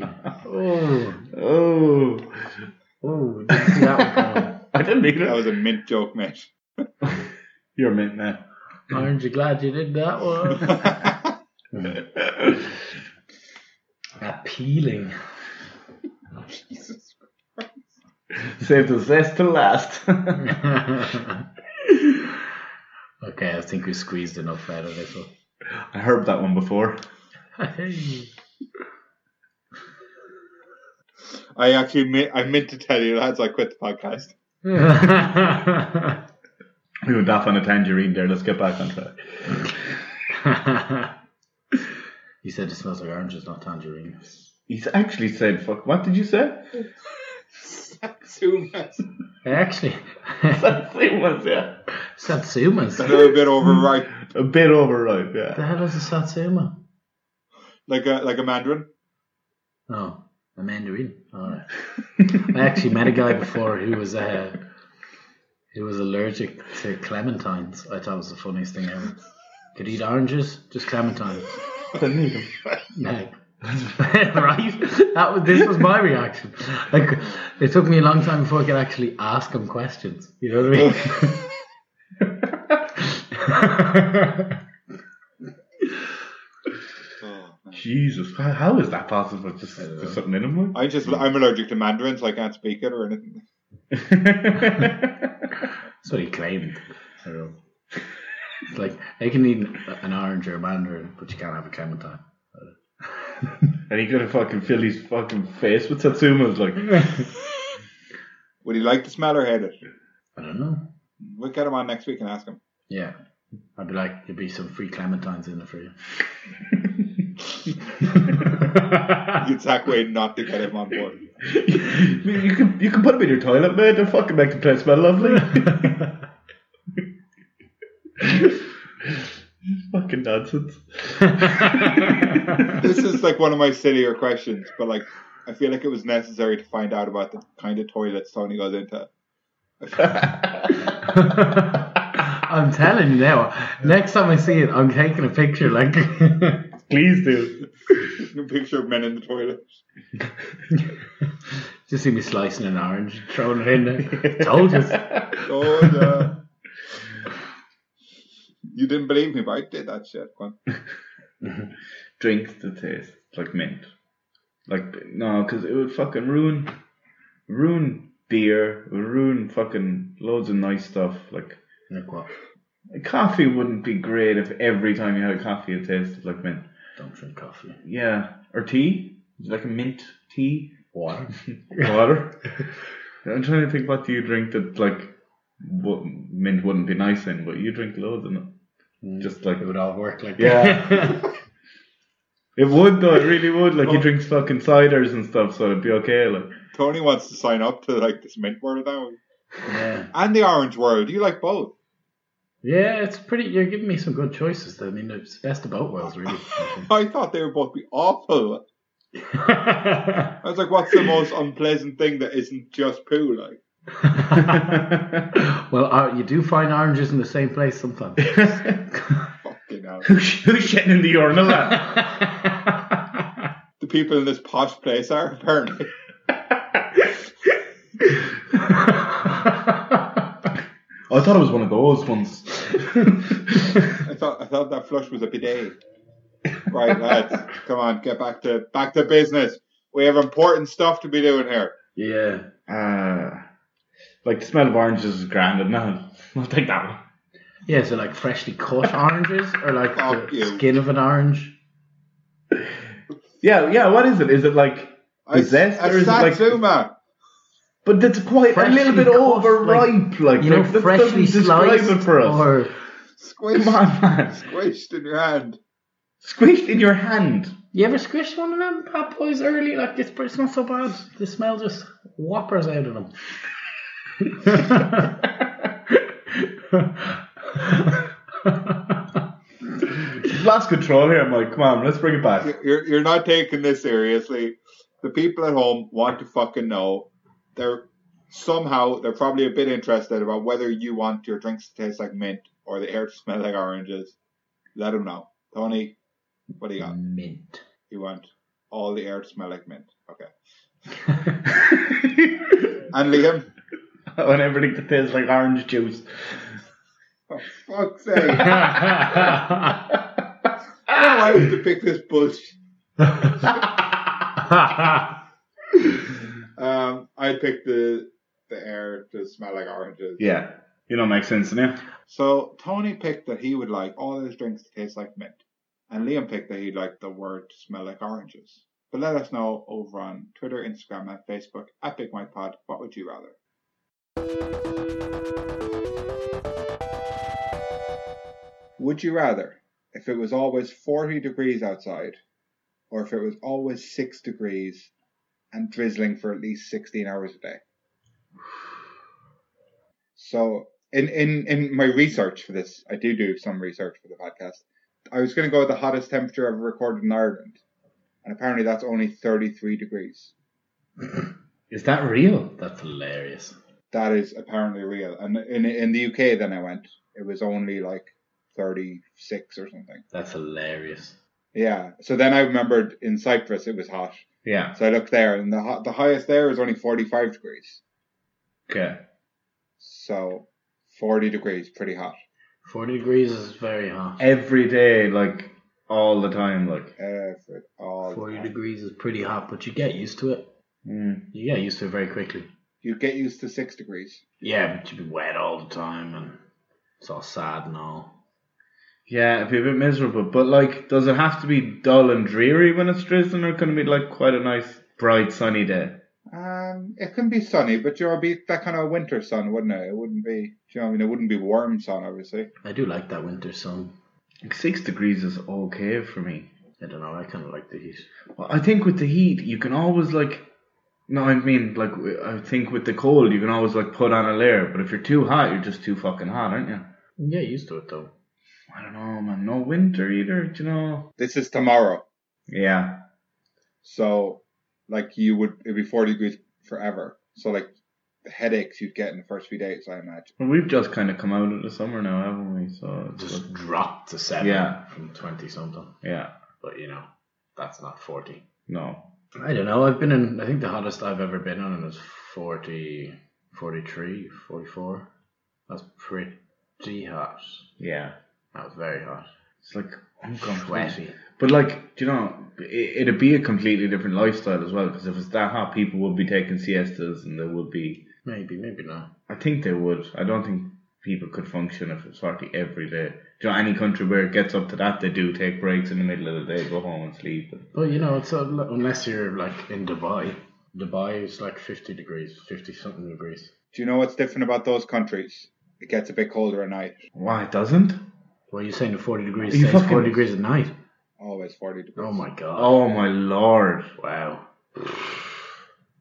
Speaker 2: Yay. oh,
Speaker 3: oh,
Speaker 2: oh, didn't see that one coming.
Speaker 3: I didn't need
Speaker 1: That
Speaker 3: it.
Speaker 1: was a mint joke, mate.
Speaker 3: You're mint now.
Speaker 2: Aren't you glad you did that one? Appealing.
Speaker 1: Jesus.
Speaker 3: Save the zest to last.
Speaker 2: okay, I think we squeezed enough out of this one.
Speaker 3: I heard that one before.
Speaker 2: Hey.
Speaker 1: I actually meant, I meant to tell you lads I quit the podcast.
Speaker 3: We went off on a tangerine there. Let's get back on track.
Speaker 2: he said it smells like oranges, not tangerine.
Speaker 3: He's actually said, fuck, what did you say?
Speaker 1: Satsumas.
Speaker 2: Actually,
Speaker 3: Satsumas, yeah.
Speaker 2: satsumas. What
Speaker 1: They're a bit overripe,
Speaker 3: A bit overripe, yeah.
Speaker 2: the hell is a satsuma?
Speaker 1: like a like a mandarin.
Speaker 2: Oh, a mandarin. All right. I actually met a guy before who was uh, who was allergic to clementines. I thought it was the funniest thing ever. Could eat oranges, just clementines.
Speaker 3: Couldn't eat 'em.
Speaker 2: No. right? That was, this was my reaction. Like, it took me a long time before I could actually ask him questions. You know what I mean?
Speaker 1: Oh, man.
Speaker 3: Jesus, how, how is that possible? Just, just something in him?
Speaker 1: I just I'm allergic to mandarins. I can't speak it or anything.
Speaker 2: That's what he claimed. I don't know. It's like, they can eat an- an orange or a mandarin, but you can't have a clementine.
Speaker 3: and he could have fucking filled his fucking face with satsumas, like.
Speaker 1: Would he like the smell or hate it?
Speaker 2: I don't know.
Speaker 1: We'll get him on next week and ask him.
Speaker 2: Yeah. I'd be like, there'd be some free clementines in there for you.
Speaker 1: It's that way not to get him on board.
Speaker 3: you can you can put them in your toilet, man. They'll fucking make the place smell lovely. fucking nonsense.
Speaker 1: This is like one of my sillier questions, but like I feel like it was necessary to find out about the kind of toilets Tony goes into.
Speaker 2: I'm telling you now. Next time I see it, I'm taking a picture. Like,
Speaker 3: Please do.
Speaker 1: Picture of men in the toilet.
Speaker 2: just see me slicing an orange, throwing it in there. Told you.
Speaker 1: Oh no. You didn't believe me, but I did that shit. Go on.
Speaker 3: Drink the taste like mint. Like no, because it would fucking ruin, ruin beer. It would ruin fucking loads of nice stuff. Like
Speaker 2: Like what?
Speaker 3: coffee wouldn't be great if every time you had a coffee it tasted like mint.
Speaker 2: Don't drink coffee.
Speaker 3: Yeah, or tea. Like a mint tea.
Speaker 2: Water.
Speaker 3: water. I'm trying to think what do you drink that like what mint wouldn't be nice in, but you drink loads of it. Just like
Speaker 2: It would all work Mm. like
Speaker 3: Yeah. it would though, it really would. Like he drinks fucking ciders and stuff, so it'd be okay. Like
Speaker 1: Tony wants to sign up to like this mint world now.
Speaker 2: yeah.
Speaker 1: And the orange world. You like both.
Speaker 2: Yeah, it's pretty. You're giving me some good choices. I mean, it's the best of both worlds, really.
Speaker 1: I thought they would both be awful.
Speaker 2: I
Speaker 1: I was like, what's the most unpleasant thing that isn't just poo? Like,
Speaker 2: well, uh, you do find oranges in the same place sometimes.
Speaker 1: fucking hell.
Speaker 3: who's, who's shitting in the urinal? at?
Speaker 1: The people in this posh place are, apparently.
Speaker 3: I thought it was one of those ones.
Speaker 1: I thought I thought that flush was a bidet. Right, lads. Come on, get back to back to business. We have important stuff to be doing here.
Speaker 2: yeah.
Speaker 3: uh, like the smell of oranges is grand, and no, I'll take that one.
Speaker 2: Yeah, so like freshly cut oranges or like
Speaker 1: Fuck
Speaker 3: Oh,
Speaker 2: the
Speaker 1: you.
Speaker 2: skin of an orange.
Speaker 3: Yeah, yeah. What is it? Is it like
Speaker 1: I-
Speaker 3: the zest,
Speaker 1: a
Speaker 3: or is it like
Speaker 1: satsuma.
Speaker 3: But that's quite a
Speaker 2: Freshly
Speaker 3: little bit
Speaker 2: cut,
Speaker 3: overripe, like,
Speaker 2: You know,
Speaker 3: like, that
Speaker 2: freshly
Speaker 3: doesn't describe
Speaker 2: sliced
Speaker 3: it for us.
Speaker 2: or
Speaker 1: Squished,
Speaker 3: Come on, man.
Speaker 1: squished in your hand.
Speaker 3: Squished in your hand.
Speaker 2: you ever squish one of them bad boys early? Like it's, it's not so bad. The smell just whoppers out of them.
Speaker 3: You've lost control here, Mike. Come on, let's bring it back.
Speaker 1: You're you're not taking this seriously. The people at home want to fucking know. They're somehow they're probably a bit interested about whether you want your drinks to taste like mint or the air to smell like oranges. Let them know, Tony. What do you got?
Speaker 2: Mint.
Speaker 1: You want all the air to smell like mint. Okay. and Liam,
Speaker 3: I want everything to taste like orange juice.
Speaker 1: for fuck's sake, I don't want you to pick this bullshit. Um, I picked the the air to smell like oranges.
Speaker 3: Yeah, you don't make sense now.
Speaker 1: So Tony picked that he would like all his drinks to taste like mint. And Liam picked that he liked the word to smell like oranges. But let us know over on Twitter, Instagram, and Facebook at Big Mike Pod. What would you rather? Would you rather if it was always 40 degrees outside or if it was always 6 degrees and drizzling for at least 16 hours a day? So, in, in, in my research for this, I do do some research for the podcast. I was going to go with the hottest temperature ever recorded in Ireland, and apparently that's only 33 degrees.
Speaker 2: Is that real? That's hilarious.
Speaker 1: That is apparently real. And in, in the UK, then I went, it was only like 36 or something.
Speaker 2: That's hilarious.
Speaker 1: Yeah. So then I remembered in Cyprus it was hot.
Speaker 2: Yeah.
Speaker 1: So I looked there, and the ho- the highest there is only 45 degrees.
Speaker 2: Okay.
Speaker 1: So 40 degrees, pretty hot.
Speaker 2: Forty degrees is very hot.
Speaker 3: Every day, like all the time, like.
Speaker 1: Uh, for all the
Speaker 2: Forty
Speaker 1: time.
Speaker 2: degrees is pretty hot, but you get used to it.
Speaker 3: Mm.
Speaker 2: You get used to it very quickly.
Speaker 1: You get used to six degrees.
Speaker 2: Yeah, but you'd be wet all the time, and it's all sad and all.
Speaker 3: Yeah, it'd be a bit miserable. But like, does it have to be dull and dreary when it's drizzling, or can it be like quite a nice, bright, sunny day?
Speaker 1: Um, it can be sunny, but you'll be that kind of winter sun, wouldn't it? It wouldn't be, do you know what I mean? It wouldn't be warm sun, obviously.
Speaker 2: I do like that winter sun.
Speaker 3: Like six degrees is okay for me.
Speaker 2: I don't know. I kind of like the heat.
Speaker 3: Well, I think with the heat, you can always like. No, I mean like I think with the cold, you can always like put on a layer. But if you're too hot, you're just too fucking hot, aren't you?
Speaker 2: You get used to it though.
Speaker 3: I don't know, man. No winter either, do you know?
Speaker 1: This is tomorrow.
Speaker 3: Yeah.
Speaker 1: So, like, you would, it'd be 40 degrees forever. So, like, the headaches you'd get in the first few days, I imagine.
Speaker 3: Well, we've just kind of come out of the summer now, haven't we? So it's
Speaker 2: Just
Speaker 3: like-
Speaker 2: dropped to seven
Speaker 3: Yeah.
Speaker 2: from twenty something.
Speaker 3: yeah.
Speaker 2: But you know, that's not forty.
Speaker 3: No.
Speaker 2: I don't know. I've been in, I think the hottest I've ever been on is 40, 43, 44. That's pretty hot.
Speaker 3: Yeah.
Speaker 2: That was very hot.
Speaker 3: It's like uncomfortable.
Speaker 2: Sweaty.
Speaker 3: But like, do you know, it, it'd be a completely different lifestyle as well. Because if it's that hot, people would be taking siestas, and there would be.
Speaker 2: Maybe, maybe not.
Speaker 3: I think they would. I don't think people could function if it's forty every day. Do you know any country where it gets up to that? They do take breaks in the middle of the day, go home and sleep. And,
Speaker 2: But you know, it's a, unless you're like in Dubai. Dubai is like 50 degrees, 50 something degrees.
Speaker 1: Do you know what's different about those countries? It gets a bit colder at night.
Speaker 3: why it doesn't?
Speaker 2: Well, you're saying the 40 degrees
Speaker 3: Are you
Speaker 2: stays
Speaker 3: fucking-
Speaker 2: 40 degrees at night?
Speaker 1: Always 40 degrees.
Speaker 2: Oh my god.
Speaker 3: Oh my lord!
Speaker 2: Wow.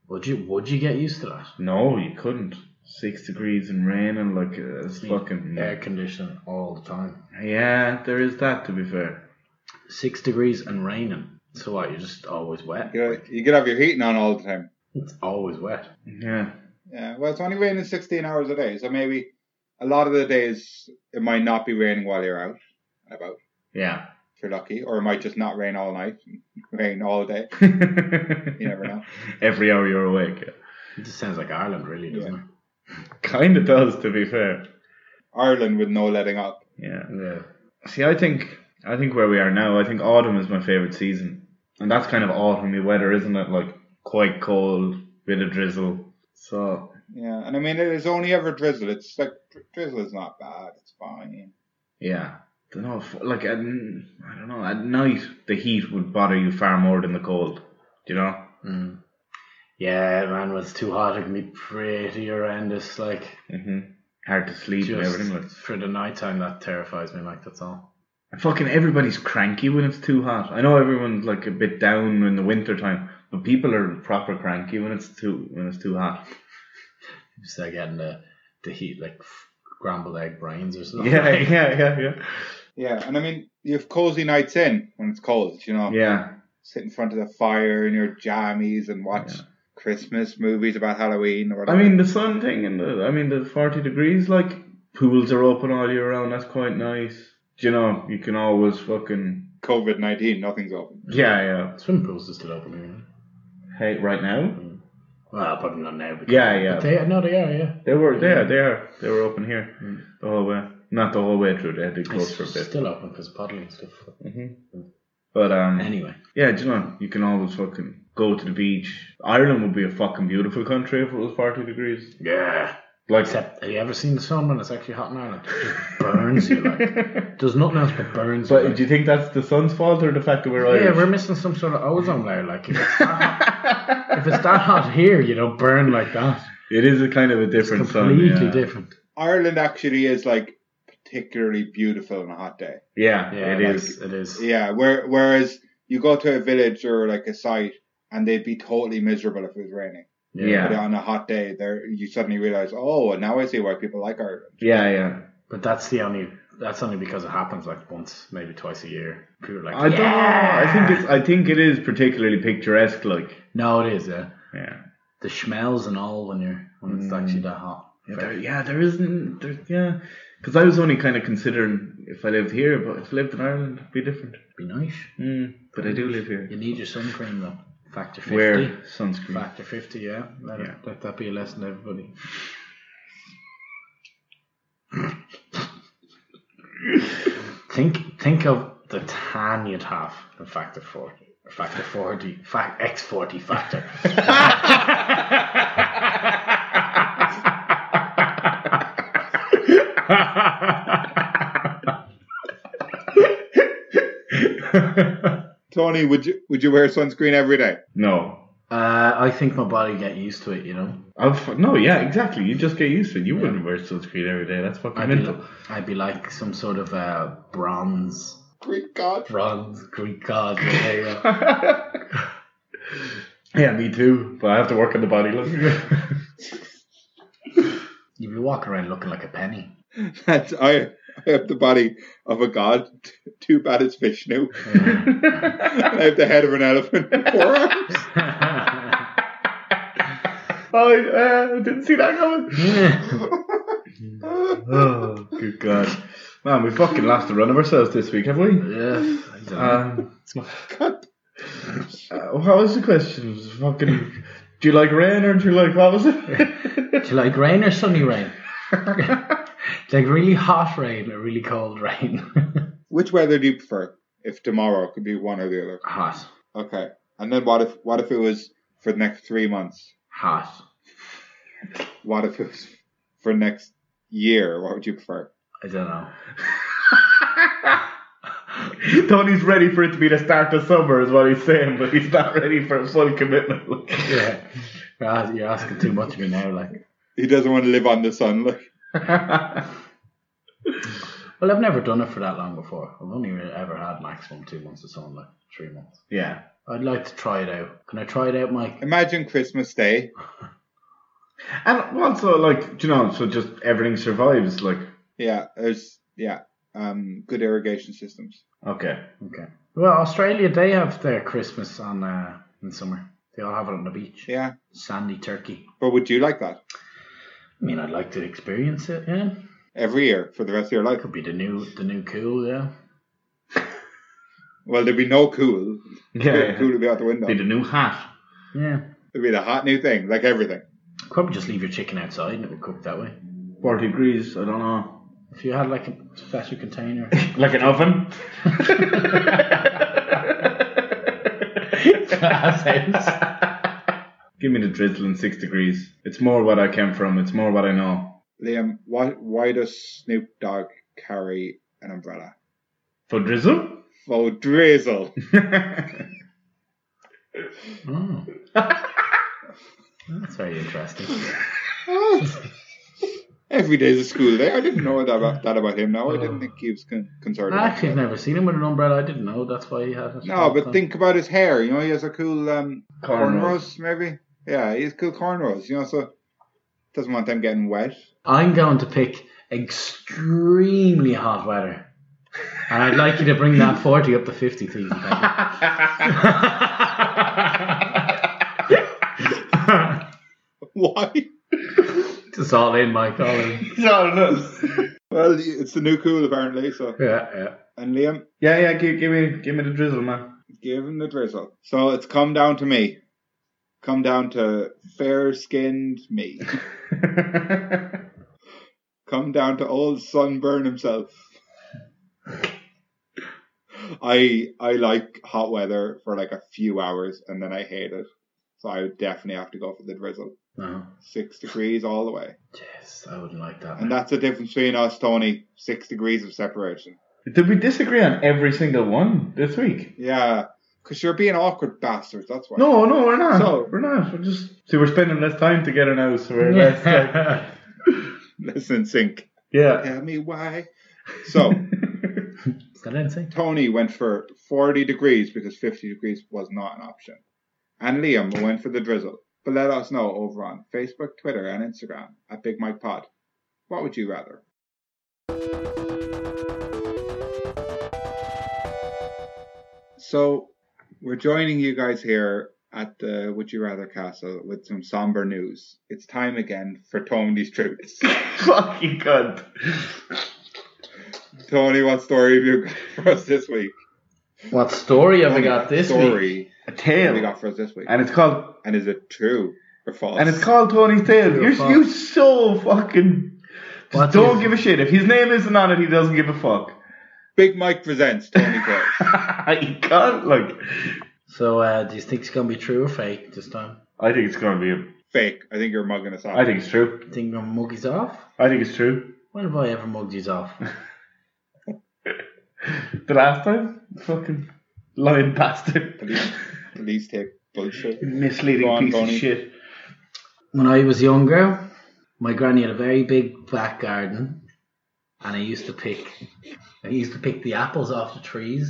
Speaker 2: Would you would you get used to that?
Speaker 3: No, you couldn't. Six degrees and rain and like uh, it's fucking
Speaker 2: air conditioning all the time.
Speaker 3: yeah. There is that to be fair.
Speaker 2: Six degrees and raining. So what? You're just always wet.
Speaker 1: You could, you could have your heating on all the time.
Speaker 2: It's always wet.
Speaker 3: Yeah.
Speaker 1: Yeah, well, it's only raining 16 hours a day, so maybe a lot of the days it might not be raining while you're out and about,
Speaker 3: Yeah.
Speaker 1: if you're lucky, or it might just not rain all night, and rain all day.
Speaker 3: you
Speaker 1: You never know.
Speaker 3: Every hour you're awake. yeah.
Speaker 2: It just sounds like Ireland, really, doesn't
Speaker 3: Kind of does, to be fair.
Speaker 1: Ireland with no letting up.
Speaker 3: Yeah.
Speaker 2: it? Yeah.
Speaker 3: See, I think I think where we are now, I think autumn is my favorite season, and that's kind of autumny weather, isn't it? Like quite cold, bit of drizzle. So
Speaker 1: Yeah, and I mean, it is only ever drizzle. It's like, dri- drizzle is not bad, it's fine.
Speaker 3: yeah, don't know. If, like at, n- I don't know. At night, the heat would bother you far more than the cold. Do you know?
Speaker 2: Mm. Yeah, man, when it's too hot, it can be pretty horrendous. Like,
Speaker 3: hmm Hard to sleep and everything. Like
Speaker 2: just for the night time, that terrifies me. Like, that's all.
Speaker 3: And fucking everybody's cranky when it's too hot. I know everyone's like a bit down in the winter time, but people are proper cranky when it's too when it's too hot.
Speaker 2: Just like getting the, the heat, like f- scrambled egg brains or something.
Speaker 3: Yeah, yeah, yeah, yeah.
Speaker 1: Yeah, and I mean, you have cozy nights in when it's cold, you know,
Speaker 3: Yeah.
Speaker 1: sit in front of the fire in your jammies and watch
Speaker 3: Yeah.
Speaker 1: Christmas movies about Halloween or
Speaker 3: I
Speaker 1: whatever.
Speaker 3: mean the sun thing and the I mean the forty degrees like pools are open all year round. That's quite nice. Do you know you can always fucking
Speaker 1: COVID 19, nothing's open.
Speaker 3: yeah yeah.
Speaker 2: Swimming pools are still open. Here, right?
Speaker 3: Hey, right now
Speaker 2: Well, probably not now. But
Speaker 3: Yeah, yeah.
Speaker 2: But they, no, they are. Yeah.
Speaker 3: they were there they are they were open here
Speaker 2: Mm.
Speaker 3: the whole way. Not the whole way through. They had to close for a
Speaker 2: It's
Speaker 3: bit.
Speaker 2: still open because paddling and stuff.
Speaker 3: hmm But um
Speaker 2: Anyway,
Speaker 3: yeah, do you know you can always fucking go to the beach. Ireland would be a fucking beautiful country if it was forty degrees.
Speaker 2: yeah,
Speaker 3: Like
Speaker 2: Except, have you ever seen the sun when it's actually hot in Ireland? It just burns you like. Does nothing else but burns you.
Speaker 3: but
Speaker 2: like.
Speaker 3: do you think that's the sun's fault or the fact that we're Irish?
Speaker 2: yeah, we're missing some sort of ozone layer. Like, if it's that hot, if it's that hot here, you don't burn like that.
Speaker 3: It is a kind of a different
Speaker 2: Completely
Speaker 3: sun. Yeah.
Speaker 2: different.
Speaker 1: Ireland actually is like particularly beautiful on a hot day.
Speaker 3: Yeah,
Speaker 2: Yeah,
Speaker 3: it
Speaker 2: like,
Speaker 3: is.
Speaker 2: It is.
Speaker 1: Yeah, where, whereas you go to a village or like a site and they'd be totally miserable if it was raining.
Speaker 3: Yeah.
Speaker 1: But on a hot day, there you suddenly realize, oh, now I see why people like Ireland.
Speaker 3: Yeah, yeah.
Speaker 2: But that's the only. That's only because it happens like once, maybe twice a year. People are like,
Speaker 3: I don't
Speaker 2: "Yeah!"
Speaker 3: know. I think it's. I think it is particularly picturesque. Like,
Speaker 2: no, it is. Yeah,
Speaker 3: yeah,
Speaker 2: the smells and all when you're when it's
Speaker 3: Mm.
Speaker 2: actually that hot.
Speaker 3: yeah. There, yeah, there isn't. There, yeah, because I was only kind of considering if I lived here, but if I lived in Ireland, it'd be different.
Speaker 2: Be nice.
Speaker 3: Mm, but I do live here.
Speaker 2: You need your sun cream though. Factor fifty.
Speaker 3: Wear sunscreen.
Speaker 2: Factor fifty. Mm. Yeah. Let, it-
Speaker 3: Yeah.
Speaker 2: let that be a lesson, to everybody. think think of the tan you'd have in factor forty. or Factor forty. Fact X forty factor.
Speaker 1: Tony, would you would you wear sunscreen every day?
Speaker 3: No,
Speaker 2: Uh, I think my body get used to it, you know.
Speaker 3: I've, no, yeah, exactly. You just get used to it. You wouldn't wear sunscreen every day. That's fucking
Speaker 2: I'd be,
Speaker 3: mental.
Speaker 2: li- I'd be like some sort of uh, bronze,
Speaker 1: Great God.
Speaker 2: bronze Greek god. Yeah, there you go.
Speaker 3: yeah, me too. But I have to work on the body look.
Speaker 2: You'd be walking around looking like a penny.
Speaker 1: That's I, I have the body of a god. T- Too bad it's Vishnu. I have the head of an elephant. and forearms.
Speaker 3: oh, I uh, didn't see that coming. Oh, good God. Man, we fucking lost the run of ourselves this week, have we?
Speaker 2: yeah.
Speaker 3: Um, uh, what was the question? It was fucking, do you like rain or do you like what was it?
Speaker 2: Do you like rain or sunny rain? like really hot rain or really cold rain?
Speaker 1: Which weather do you prefer? If tomorrow could be one or the other.
Speaker 2: hot.
Speaker 1: Okay. And then what if what if it was for the next three months?
Speaker 2: Hot.
Speaker 1: What if it was for next year? What would you prefer?
Speaker 2: I don't know.
Speaker 3: Tony's ready for it to be the start of summer, is what he's saying, but he's not ready for a full commitment.
Speaker 2: Yeah. You're as- You're asking too much of me now. Like,
Speaker 1: He doesn't want to live on the sun. Look.
Speaker 2: well, I've never done it for that long before. I've only really ever had maximum two months of sun, like three months.
Speaker 3: yeah.
Speaker 2: I'd like to try it out. Can I try it out, Mike?
Speaker 1: Imagine Christmas Day.
Speaker 3: And also, like, do you know, so just everything survives, like,
Speaker 1: Yeah, there's yeah, um, good irrigation systems.
Speaker 3: okay.
Speaker 2: Okay. Well, Australia, they have their Christmas on uh, in summer. They all have it on the beach.
Speaker 1: Yeah,
Speaker 2: Sandy Turkey.
Speaker 1: but would you like that
Speaker 2: I mean, I'd like to experience it. Yeah,
Speaker 1: every year for the rest of your life?
Speaker 2: could be the new, the new cool. Yeah,
Speaker 1: Well, there'd be no cool. Cool would be out the window.
Speaker 3: Be the new hat.
Speaker 2: yeah.
Speaker 1: It'd be the hot new thing, like everything.
Speaker 2: Probably just leave your chicken outside and it would cook that way.
Speaker 3: 40 degrees, I don't know.
Speaker 2: If you had like a special container,
Speaker 3: Like an oven? Give me the drizzling six degrees. It's more what I came from, it's more what I know.
Speaker 1: Liam, why why does Snoop Dogg carry an umbrella?
Speaker 3: For drizzle?
Speaker 1: For drizzle.
Speaker 2: oh. that's very interesting.
Speaker 1: every day's a school day. I didn't know that about that about him. Now I didn't think he was con- concerned.
Speaker 2: I
Speaker 1: About
Speaker 2: actually have
Speaker 1: that.
Speaker 2: never seen him with an umbrella. I didn't know. That's why he had it.
Speaker 1: No, but think about his hair. You know, he has a cool um, cornrows,
Speaker 3: Cornrows.
Speaker 1: maybe. Yeah, he has cool cornrows. You know, so doesn't want them getting wet.
Speaker 2: I'm going to pick extremely hot weather. And I'd like you to bring that 40 up to 50, please. Thank you.
Speaker 1: Why?
Speaker 2: It's all in, Mike. All in.
Speaker 1: Well, it's the new cool apparently. So
Speaker 2: Yeah, yeah.
Speaker 1: and Liam,
Speaker 3: Yeah, yeah, give, give me give me the drizzle, man.
Speaker 1: give him the drizzle. So it's come down to me. Come down to fair-skinned me. come down to old sunburn himself. I I like hot weather for like a few hours and then I hate it. So I would definitely have to go for the drizzle.
Speaker 2: No.
Speaker 1: six degrees all the way.
Speaker 2: Yes, I wouldn't like that.
Speaker 1: And that's the difference between us, Tony. Six degrees of separation.
Speaker 3: Did we disagree on every single one this week?
Speaker 1: Yeah, because you're being awkward bastards. That's why.
Speaker 3: No, no, we're not.
Speaker 1: So-
Speaker 3: we're not. We're just see, we're spending less time together now, so we're less. Like,
Speaker 2: yeah.
Speaker 1: listen, sync.
Speaker 3: yeah.
Speaker 1: Tell me why. So
Speaker 2: Is that anything?
Speaker 1: Tony went for 40 degrees because 50 degrees was not an option, and Liam went for the drizzle. But let us know over on Facebook, Twitter, and Instagram at Big Mike Pod. What would you rather? So we're joining you guys here at the Would You Rather Castle with some somber news. It's time again for Tony's truths.
Speaker 3: Fucking cunt.
Speaker 1: Tony, what story have you got for us this week?
Speaker 2: What story have we got this week?
Speaker 1: story
Speaker 3: A
Speaker 1: that we
Speaker 3: tail.
Speaker 1: got for us this week.
Speaker 3: And it's called
Speaker 1: And is it true or false?
Speaker 3: and it's called Tony's tail.
Speaker 2: True or
Speaker 3: You're
Speaker 2: false?
Speaker 3: you so fucking. Just
Speaker 2: What
Speaker 3: don't
Speaker 2: is-
Speaker 3: give a shit. If his name isn't on it, he doesn't give a fuck.
Speaker 1: Big Mike presents Tony Clay.
Speaker 3: he can't. Like,
Speaker 2: So, uh, do you think it's gonna be true or fake this time?
Speaker 3: I think it's gonna be. him.
Speaker 1: Fake. I think you're mugging us off.
Speaker 3: I think it's true.
Speaker 2: You think I'm muggies off?
Speaker 3: I think it's true.
Speaker 2: When have I ever mugged yous off?
Speaker 3: The last time, fucking lying bastard,
Speaker 1: police, police tape bullshit.
Speaker 3: misleading
Speaker 1: Go on,
Speaker 3: piece
Speaker 1: Tony.
Speaker 3: of shit.
Speaker 2: when I was younger, my granny had a very big back garden, and I used to pick, I used to pick the apples off the trees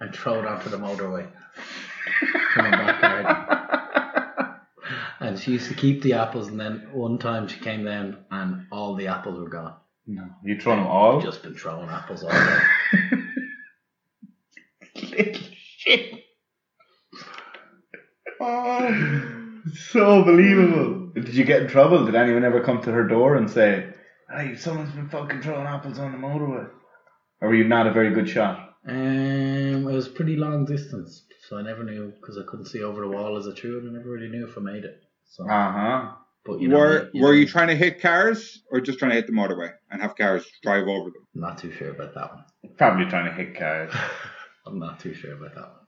Speaker 2: and throw it onto the motorway from my back garden. And she used to keep the apples, and then one time she came down, and all the apples were gone.
Speaker 3: No, you thrown them all.
Speaker 2: I've just been throwing apples all day.
Speaker 3: shit.
Speaker 1: Oh,
Speaker 3: So believable. Did you get in trouble? Did anyone ever come to her door and say, "Hey, someone's been fucking throwing apples on the motorway"? Or were you not a very good shot?
Speaker 2: Um, it was pretty long distance, so I never knew because I couldn't see over the wall as a child. I never really knew if I made it. So,
Speaker 3: Uh huh.
Speaker 2: but you know,
Speaker 1: were
Speaker 2: you
Speaker 1: were
Speaker 2: know,
Speaker 1: you trying to hit cars or just trying to hit the motorway and have cars drive over them?
Speaker 2: not too sure about that one.
Speaker 3: Probably trying to hit cars.
Speaker 2: I'm not too sure about that one.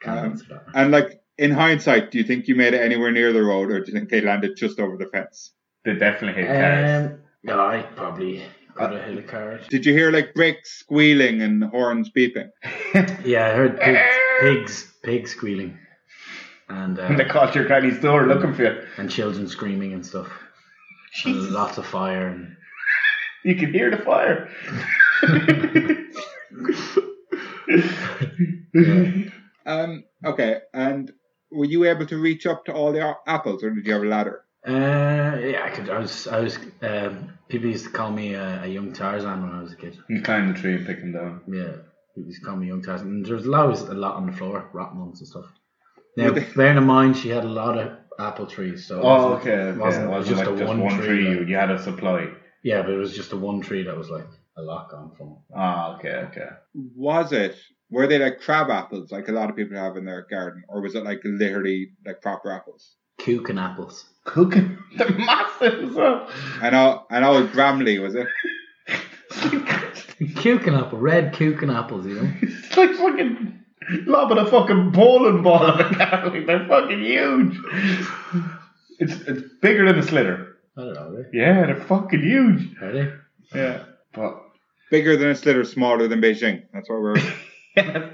Speaker 2: Can't
Speaker 1: Um,
Speaker 2: answer that one.
Speaker 1: And like in hindsight, do you think you made it anywhere near the road or do you think they landed just over the fence?
Speaker 3: They definitely hit cars.
Speaker 2: Um, no, I probably could have hit a card.
Speaker 1: Did you hear like brakes squealing and horns beeping?
Speaker 2: Yeah, I heard pigs, pigs, pigs squealing, and
Speaker 3: they
Speaker 2: uh,
Speaker 3: called your granny's door looking for you.
Speaker 2: and children screaming and stuff. And
Speaker 3: Jesus.
Speaker 2: lots of fire and
Speaker 3: You can hear the fire.
Speaker 1: Um. Okay. And were you able to reach up to all the a- apples or did you have a ladder?
Speaker 2: uh, yeah, I could. I was, I was. Um, people used to call me uh, a young Tarzan when I was a kid.
Speaker 3: you climb the tree and pick them down.
Speaker 2: Yeah, people used to call me young Tarzan. And there was always a lot on the floor, rotten ones and stuff. Now,
Speaker 1: Were they-
Speaker 2: bearing in mind, she had a lot of apple trees, so it
Speaker 3: Oh,
Speaker 2: wasn't-
Speaker 3: okay. okay. It
Speaker 2: wasn't-
Speaker 3: wasn't,
Speaker 2: it was just
Speaker 3: like
Speaker 2: a
Speaker 3: just
Speaker 2: one
Speaker 3: one,
Speaker 2: tree,
Speaker 3: tree.
Speaker 2: like-
Speaker 3: you, you had a supply.
Speaker 2: Yeah, but it was just the one tree that was like a lock on from. it.
Speaker 3: Ah, okay, okay.
Speaker 1: was it were they like crab apples like a lot of people have in their garden or was it like literally like proper apples
Speaker 2: Cook and apples.
Speaker 3: Cooking. They're massive as well.
Speaker 1: i know i know it's bramley was it
Speaker 2: Cook and apple, red cook and apples, you know.
Speaker 3: It's like fucking lobbing a fucking bowling ball at a cat. Like they're fucking huge. It's it's bigger than a slitter.
Speaker 2: I don't know, really.
Speaker 3: Yeah, they're fucking huge.
Speaker 2: are they?
Speaker 3: Yeah. But
Speaker 1: bigger than a slitter smaller than beijing that's what we're
Speaker 3: yeah,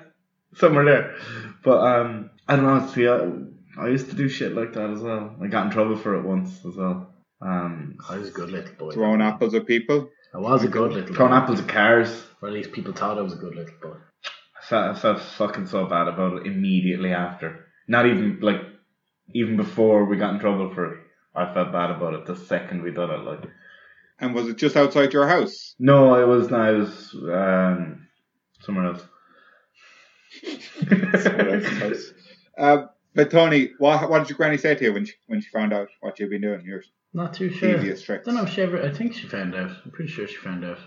Speaker 3: somewhere there. But um, I don't know. See, I, I used to do shit like that as well. I got in trouble for it once as well. Um,
Speaker 2: I was a good little boy.
Speaker 1: throwing apples at people
Speaker 2: I was a good little
Speaker 3: throwing
Speaker 2: boy.
Speaker 3: apples at cars.
Speaker 2: Or at least people thought I was a good little boy.
Speaker 3: I felt, I felt fucking so bad about it immediately after. Not even like, even before we got in trouble for it. I felt bad about it the second we done it. Like,
Speaker 1: and was it just outside your house
Speaker 3: no, it was not. It was um, somewhere else.
Speaker 1: uh, but tony what, what did your granny say to you when she when she found out what you've been doing your
Speaker 2: Not too sure.
Speaker 1: devious tricks
Speaker 2: don't know if she ever. I think she found out. I'm pretty sure she found out.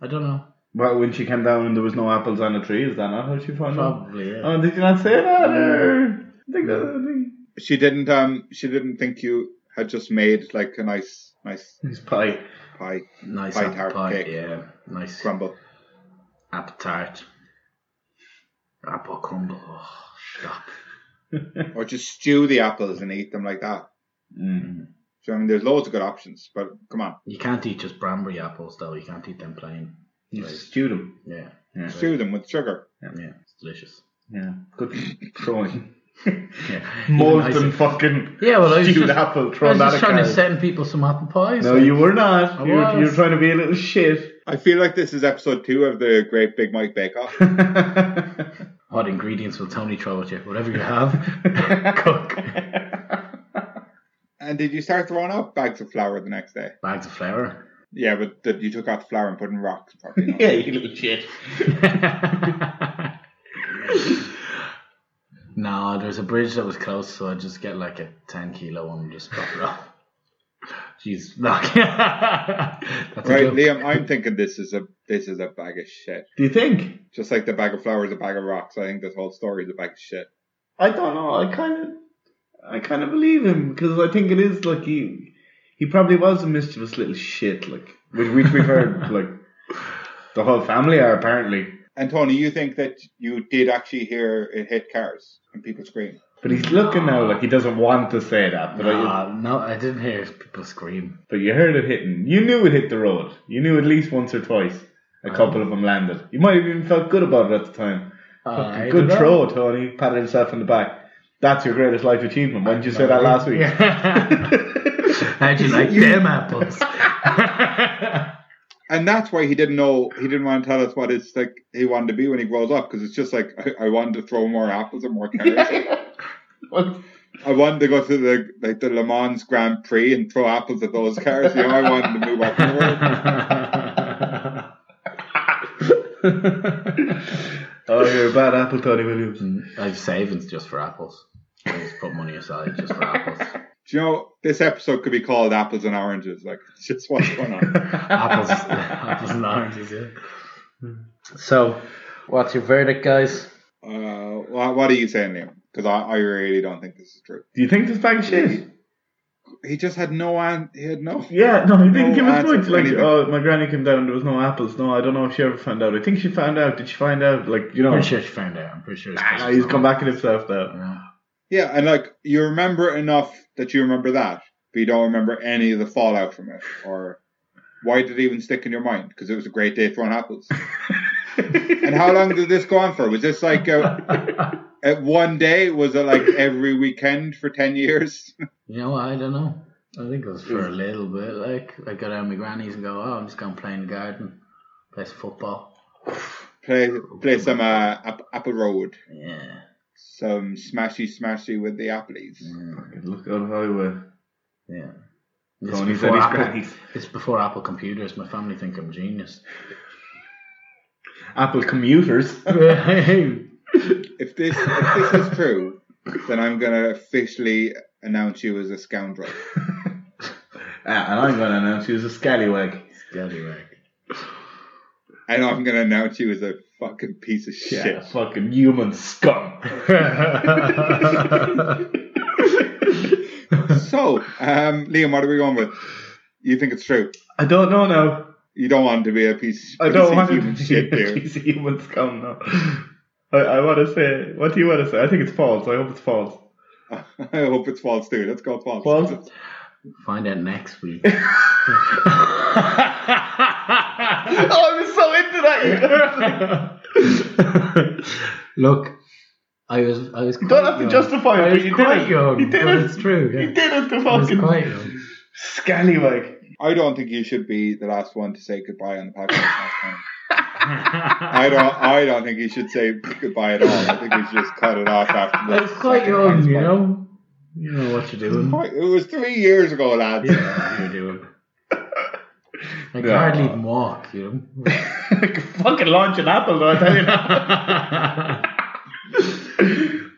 Speaker 2: I don't know.
Speaker 3: well, when she came down and there was no apples on the tree, is that not how she found out?
Speaker 2: Probably. Yeah.
Speaker 3: Oh, did you not say that? Or? I think that. I think
Speaker 1: she didn't um she didn't think you had just made like a nice nice
Speaker 3: it's pie.
Speaker 1: pie
Speaker 2: nice
Speaker 1: pie
Speaker 2: apple
Speaker 1: tart
Speaker 2: pie.
Speaker 1: cake.
Speaker 2: Yeah. Nice
Speaker 1: crumble
Speaker 2: apple tart. Apple crumble. Oh, stop.
Speaker 1: or just stew the apples and eat them like that
Speaker 3: Mm.
Speaker 1: So I mean, there's loads of good options, but come on,
Speaker 2: You can't eat just Brambury apples though. You can't eat them plain.
Speaker 3: You
Speaker 2: Right.
Speaker 3: stew them.
Speaker 2: Yeah,
Speaker 3: Yeah.
Speaker 1: stew them with sugar.
Speaker 2: yeah, it's delicious.
Speaker 3: Yeah. Good throwing.
Speaker 2: Yeah, Even
Speaker 3: Molten
Speaker 2: nicer-
Speaker 3: fucking
Speaker 2: Yeah, well, I was
Speaker 3: stewed
Speaker 2: just-
Speaker 3: apple
Speaker 2: I was
Speaker 3: thrown
Speaker 2: just
Speaker 3: at a
Speaker 2: trying to
Speaker 3: car.
Speaker 2: send people some apple pies.
Speaker 3: No,
Speaker 2: like-
Speaker 3: you were not.
Speaker 2: I
Speaker 3: You were, you were
Speaker 2: was.
Speaker 3: trying to be a little shit.
Speaker 1: I feel like this is episode two of the Great Big Mike Bake Off.
Speaker 2: What ingredients will Tony throw at you? Whatever you have, cook.
Speaker 1: and did you start throwing out bags of flour the next day?
Speaker 2: Bags of flour.
Speaker 1: Yeah, but that you took out the flour and put in rocks. Probably not.
Speaker 3: yeah, you little shit.
Speaker 2: no, there's a bridge that was close, so I just get like a ten kilo one and just drop it off. Jeez, no. That's a
Speaker 1: Right,
Speaker 2: joke.
Speaker 1: Liam, I'm thinking this is a this is a bag of shit.
Speaker 3: Do you think?
Speaker 1: Just like the bag of flour is a bag of rocks. I think this whole story is a bag of shit.
Speaker 3: I don't know. I kind of, I kind of believe him because I think it is like he, he probably was a mischievous little shit, like which which we've heard like the whole family are apparently.
Speaker 1: And Tony, you think that you did actually hear it hit cars and people scream?
Speaker 3: But he's looking now like he doesn't want to say that. But I,
Speaker 2: Nah, no, I didn't hear people scream.
Speaker 3: but you heard it hitting. You knew it hit the road. You knew at least once or twice. A couple of them landed. You might have even felt good about it at the time.
Speaker 2: I
Speaker 3: Good
Speaker 2: don't know.
Speaker 3: throw, Tony. Patted himself on the back. That's your greatest life achievement. Why didn't you say that last week?
Speaker 2: How'd you like them apples?
Speaker 1: And that's why he didn't know he didn't want to tell us what it's like he wanted to be when he grows up because it's just like I, I wanted to throw more apples and more carrots.
Speaker 3: Well,
Speaker 1: I wanted to go to the like the Le Mans Grand Prix and throw apples at those cars. You know, I wanted to move up the world.
Speaker 3: oh, you're a bad apple, Tony Williams.
Speaker 2: I have savings just for apples. I just put money aside just for apples.
Speaker 1: Do you know this episode could be called Apples and Oranges? Like it's just what's going on.
Speaker 2: apples, apples and oranges. Yeah. So, what's your verdict, guys?
Speaker 1: Uh, what, what are you saying, Liam? Because I, I really don't think this is true.
Speaker 3: Do you think this bag shit?
Speaker 1: He just had no an- he had no.
Speaker 3: Yeah, no, he didn't
Speaker 1: No
Speaker 3: give us
Speaker 1: answer
Speaker 3: much.
Speaker 1: for
Speaker 3: Like,
Speaker 1: anything.
Speaker 3: oh, my granny came down and there was no apples. No, I don't know if she ever found out. I think she found out. Did she find out? Like, you know,
Speaker 2: I'm pretty sure she found out. I'm pretty sure it's
Speaker 3: Ah, he's come back at himself now.
Speaker 2: Yeah.
Speaker 1: Yeah, and like you remember enough that you remember that, but you don't remember any of the fallout from it, or why did it even stick in your mind? Because it was a great day throwing apples. and how long did this go on for? Was this like a, at one day? Was it like every weekend for ten years?
Speaker 2: You know, what, I don't know. I think it was for a
Speaker 3: Hmm.
Speaker 2: little bit. Like, I go down to my granny's and go, oh, I'm just going to play in the garden, play some football.
Speaker 1: play play some uh, app, Apple Road,
Speaker 2: Yeah.
Speaker 1: some smashy smashy with the applies.
Speaker 3: Look out highway.
Speaker 2: Yeah. It's
Speaker 3: Tony's at
Speaker 2: before,
Speaker 3: his
Speaker 2: Apple,
Speaker 3: granny's.
Speaker 2: it's before Apple computers. My family think I'm a genius.
Speaker 3: Apple commuters.
Speaker 1: If this if this is true, then I'm gonna officially announce you as a scoundrel.
Speaker 3: Ah, and I'm going to announce he was a scallywag.
Speaker 2: Scallywag.
Speaker 1: And I'm gonna announce you as a fucking piece of shit.
Speaker 3: Yeah, fucking human scum.
Speaker 1: So, um, Liam, what are we going with? You think it's true?
Speaker 3: I don't know now.
Speaker 1: You don't want to be a piece.
Speaker 3: I
Speaker 1: piece
Speaker 3: don't
Speaker 1: of
Speaker 3: want to
Speaker 1: human
Speaker 3: be
Speaker 1: shit,
Speaker 3: a
Speaker 1: there.
Speaker 3: piece of human scum now. I, I want to say, what do you want to say? I think it's false. I hope it's false.
Speaker 1: I hope it's false too. Let's go false.
Speaker 3: False?
Speaker 2: Find out next week.
Speaker 3: Oh, I was so into that. You know?
Speaker 2: Look, I was I was quite
Speaker 3: don't have to
Speaker 2: young.
Speaker 3: justify
Speaker 2: I
Speaker 3: it,
Speaker 2: was
Speaker 3: but you
Speaker 2: quite
Speaker 3: did it.
Speaker 2: young,
Speaker 3: You did
Speaker 2: but
Speaker 3: it.
Speaker 2: it's true. Yeah.
Speaker 3: You did it, the
Speaker 2: I was
Speaker 3: fucking
Speaker 2: quite young.
Speaker 3: scallywag.
Speaker 1: I don't think you should be the last one to say goodbye on the podcast. last time. I don't. I don't think you should say goodbye at all. I think you should just cut it off after
Speaker 2: I
Speaker 1: this.
Speaker 2: was quite
Speaker 1: second
Speaker 2: young,
Speaker 1: time
Speaker 2: you
Speaker 1: spot.
Speaker 2: know. You know what you're doing.
Speaker 1: Quite- It was three years ago, lads.
Speaker 2: You know what you're doing. I could
Speaker 3: No.
Speaker 2: hardly even walk, you know.
Speaker 3: I could fucking launch an apple, though, I tell you now.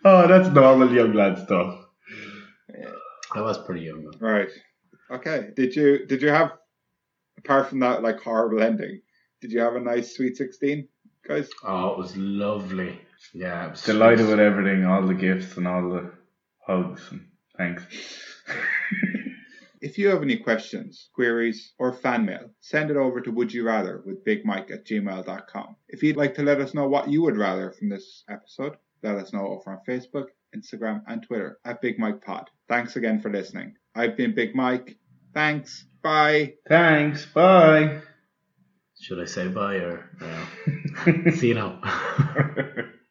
Speaker 3: oh, that's normal young lad stuff.
Speaker 2: I was pretty young. Though.
Speaker 1: Right. Okay. Did you did you have apart from that like horrible ending? Did you have a nice sweet sixteen, guys?
Speaker 2: Oh, it was lovely. Yeah, it was
Speaker 3: Delighted with everything, all the gifts and all the hugs and thanks.
Speaker 1: If you have any questions, queries, or fan mail, send it over to would you rather with bigmike at gmail.com. If you'd like to let us know what you would rather from this episode, let us know over on Facebook, Instagram, and Twitter at Big Mike Pod. Thanks again for listening, I've been Big Mike. Thanks. Bye.
Speaker 3: Thanks. Bye.
Speaker 2: Should I say bye or no? See you now.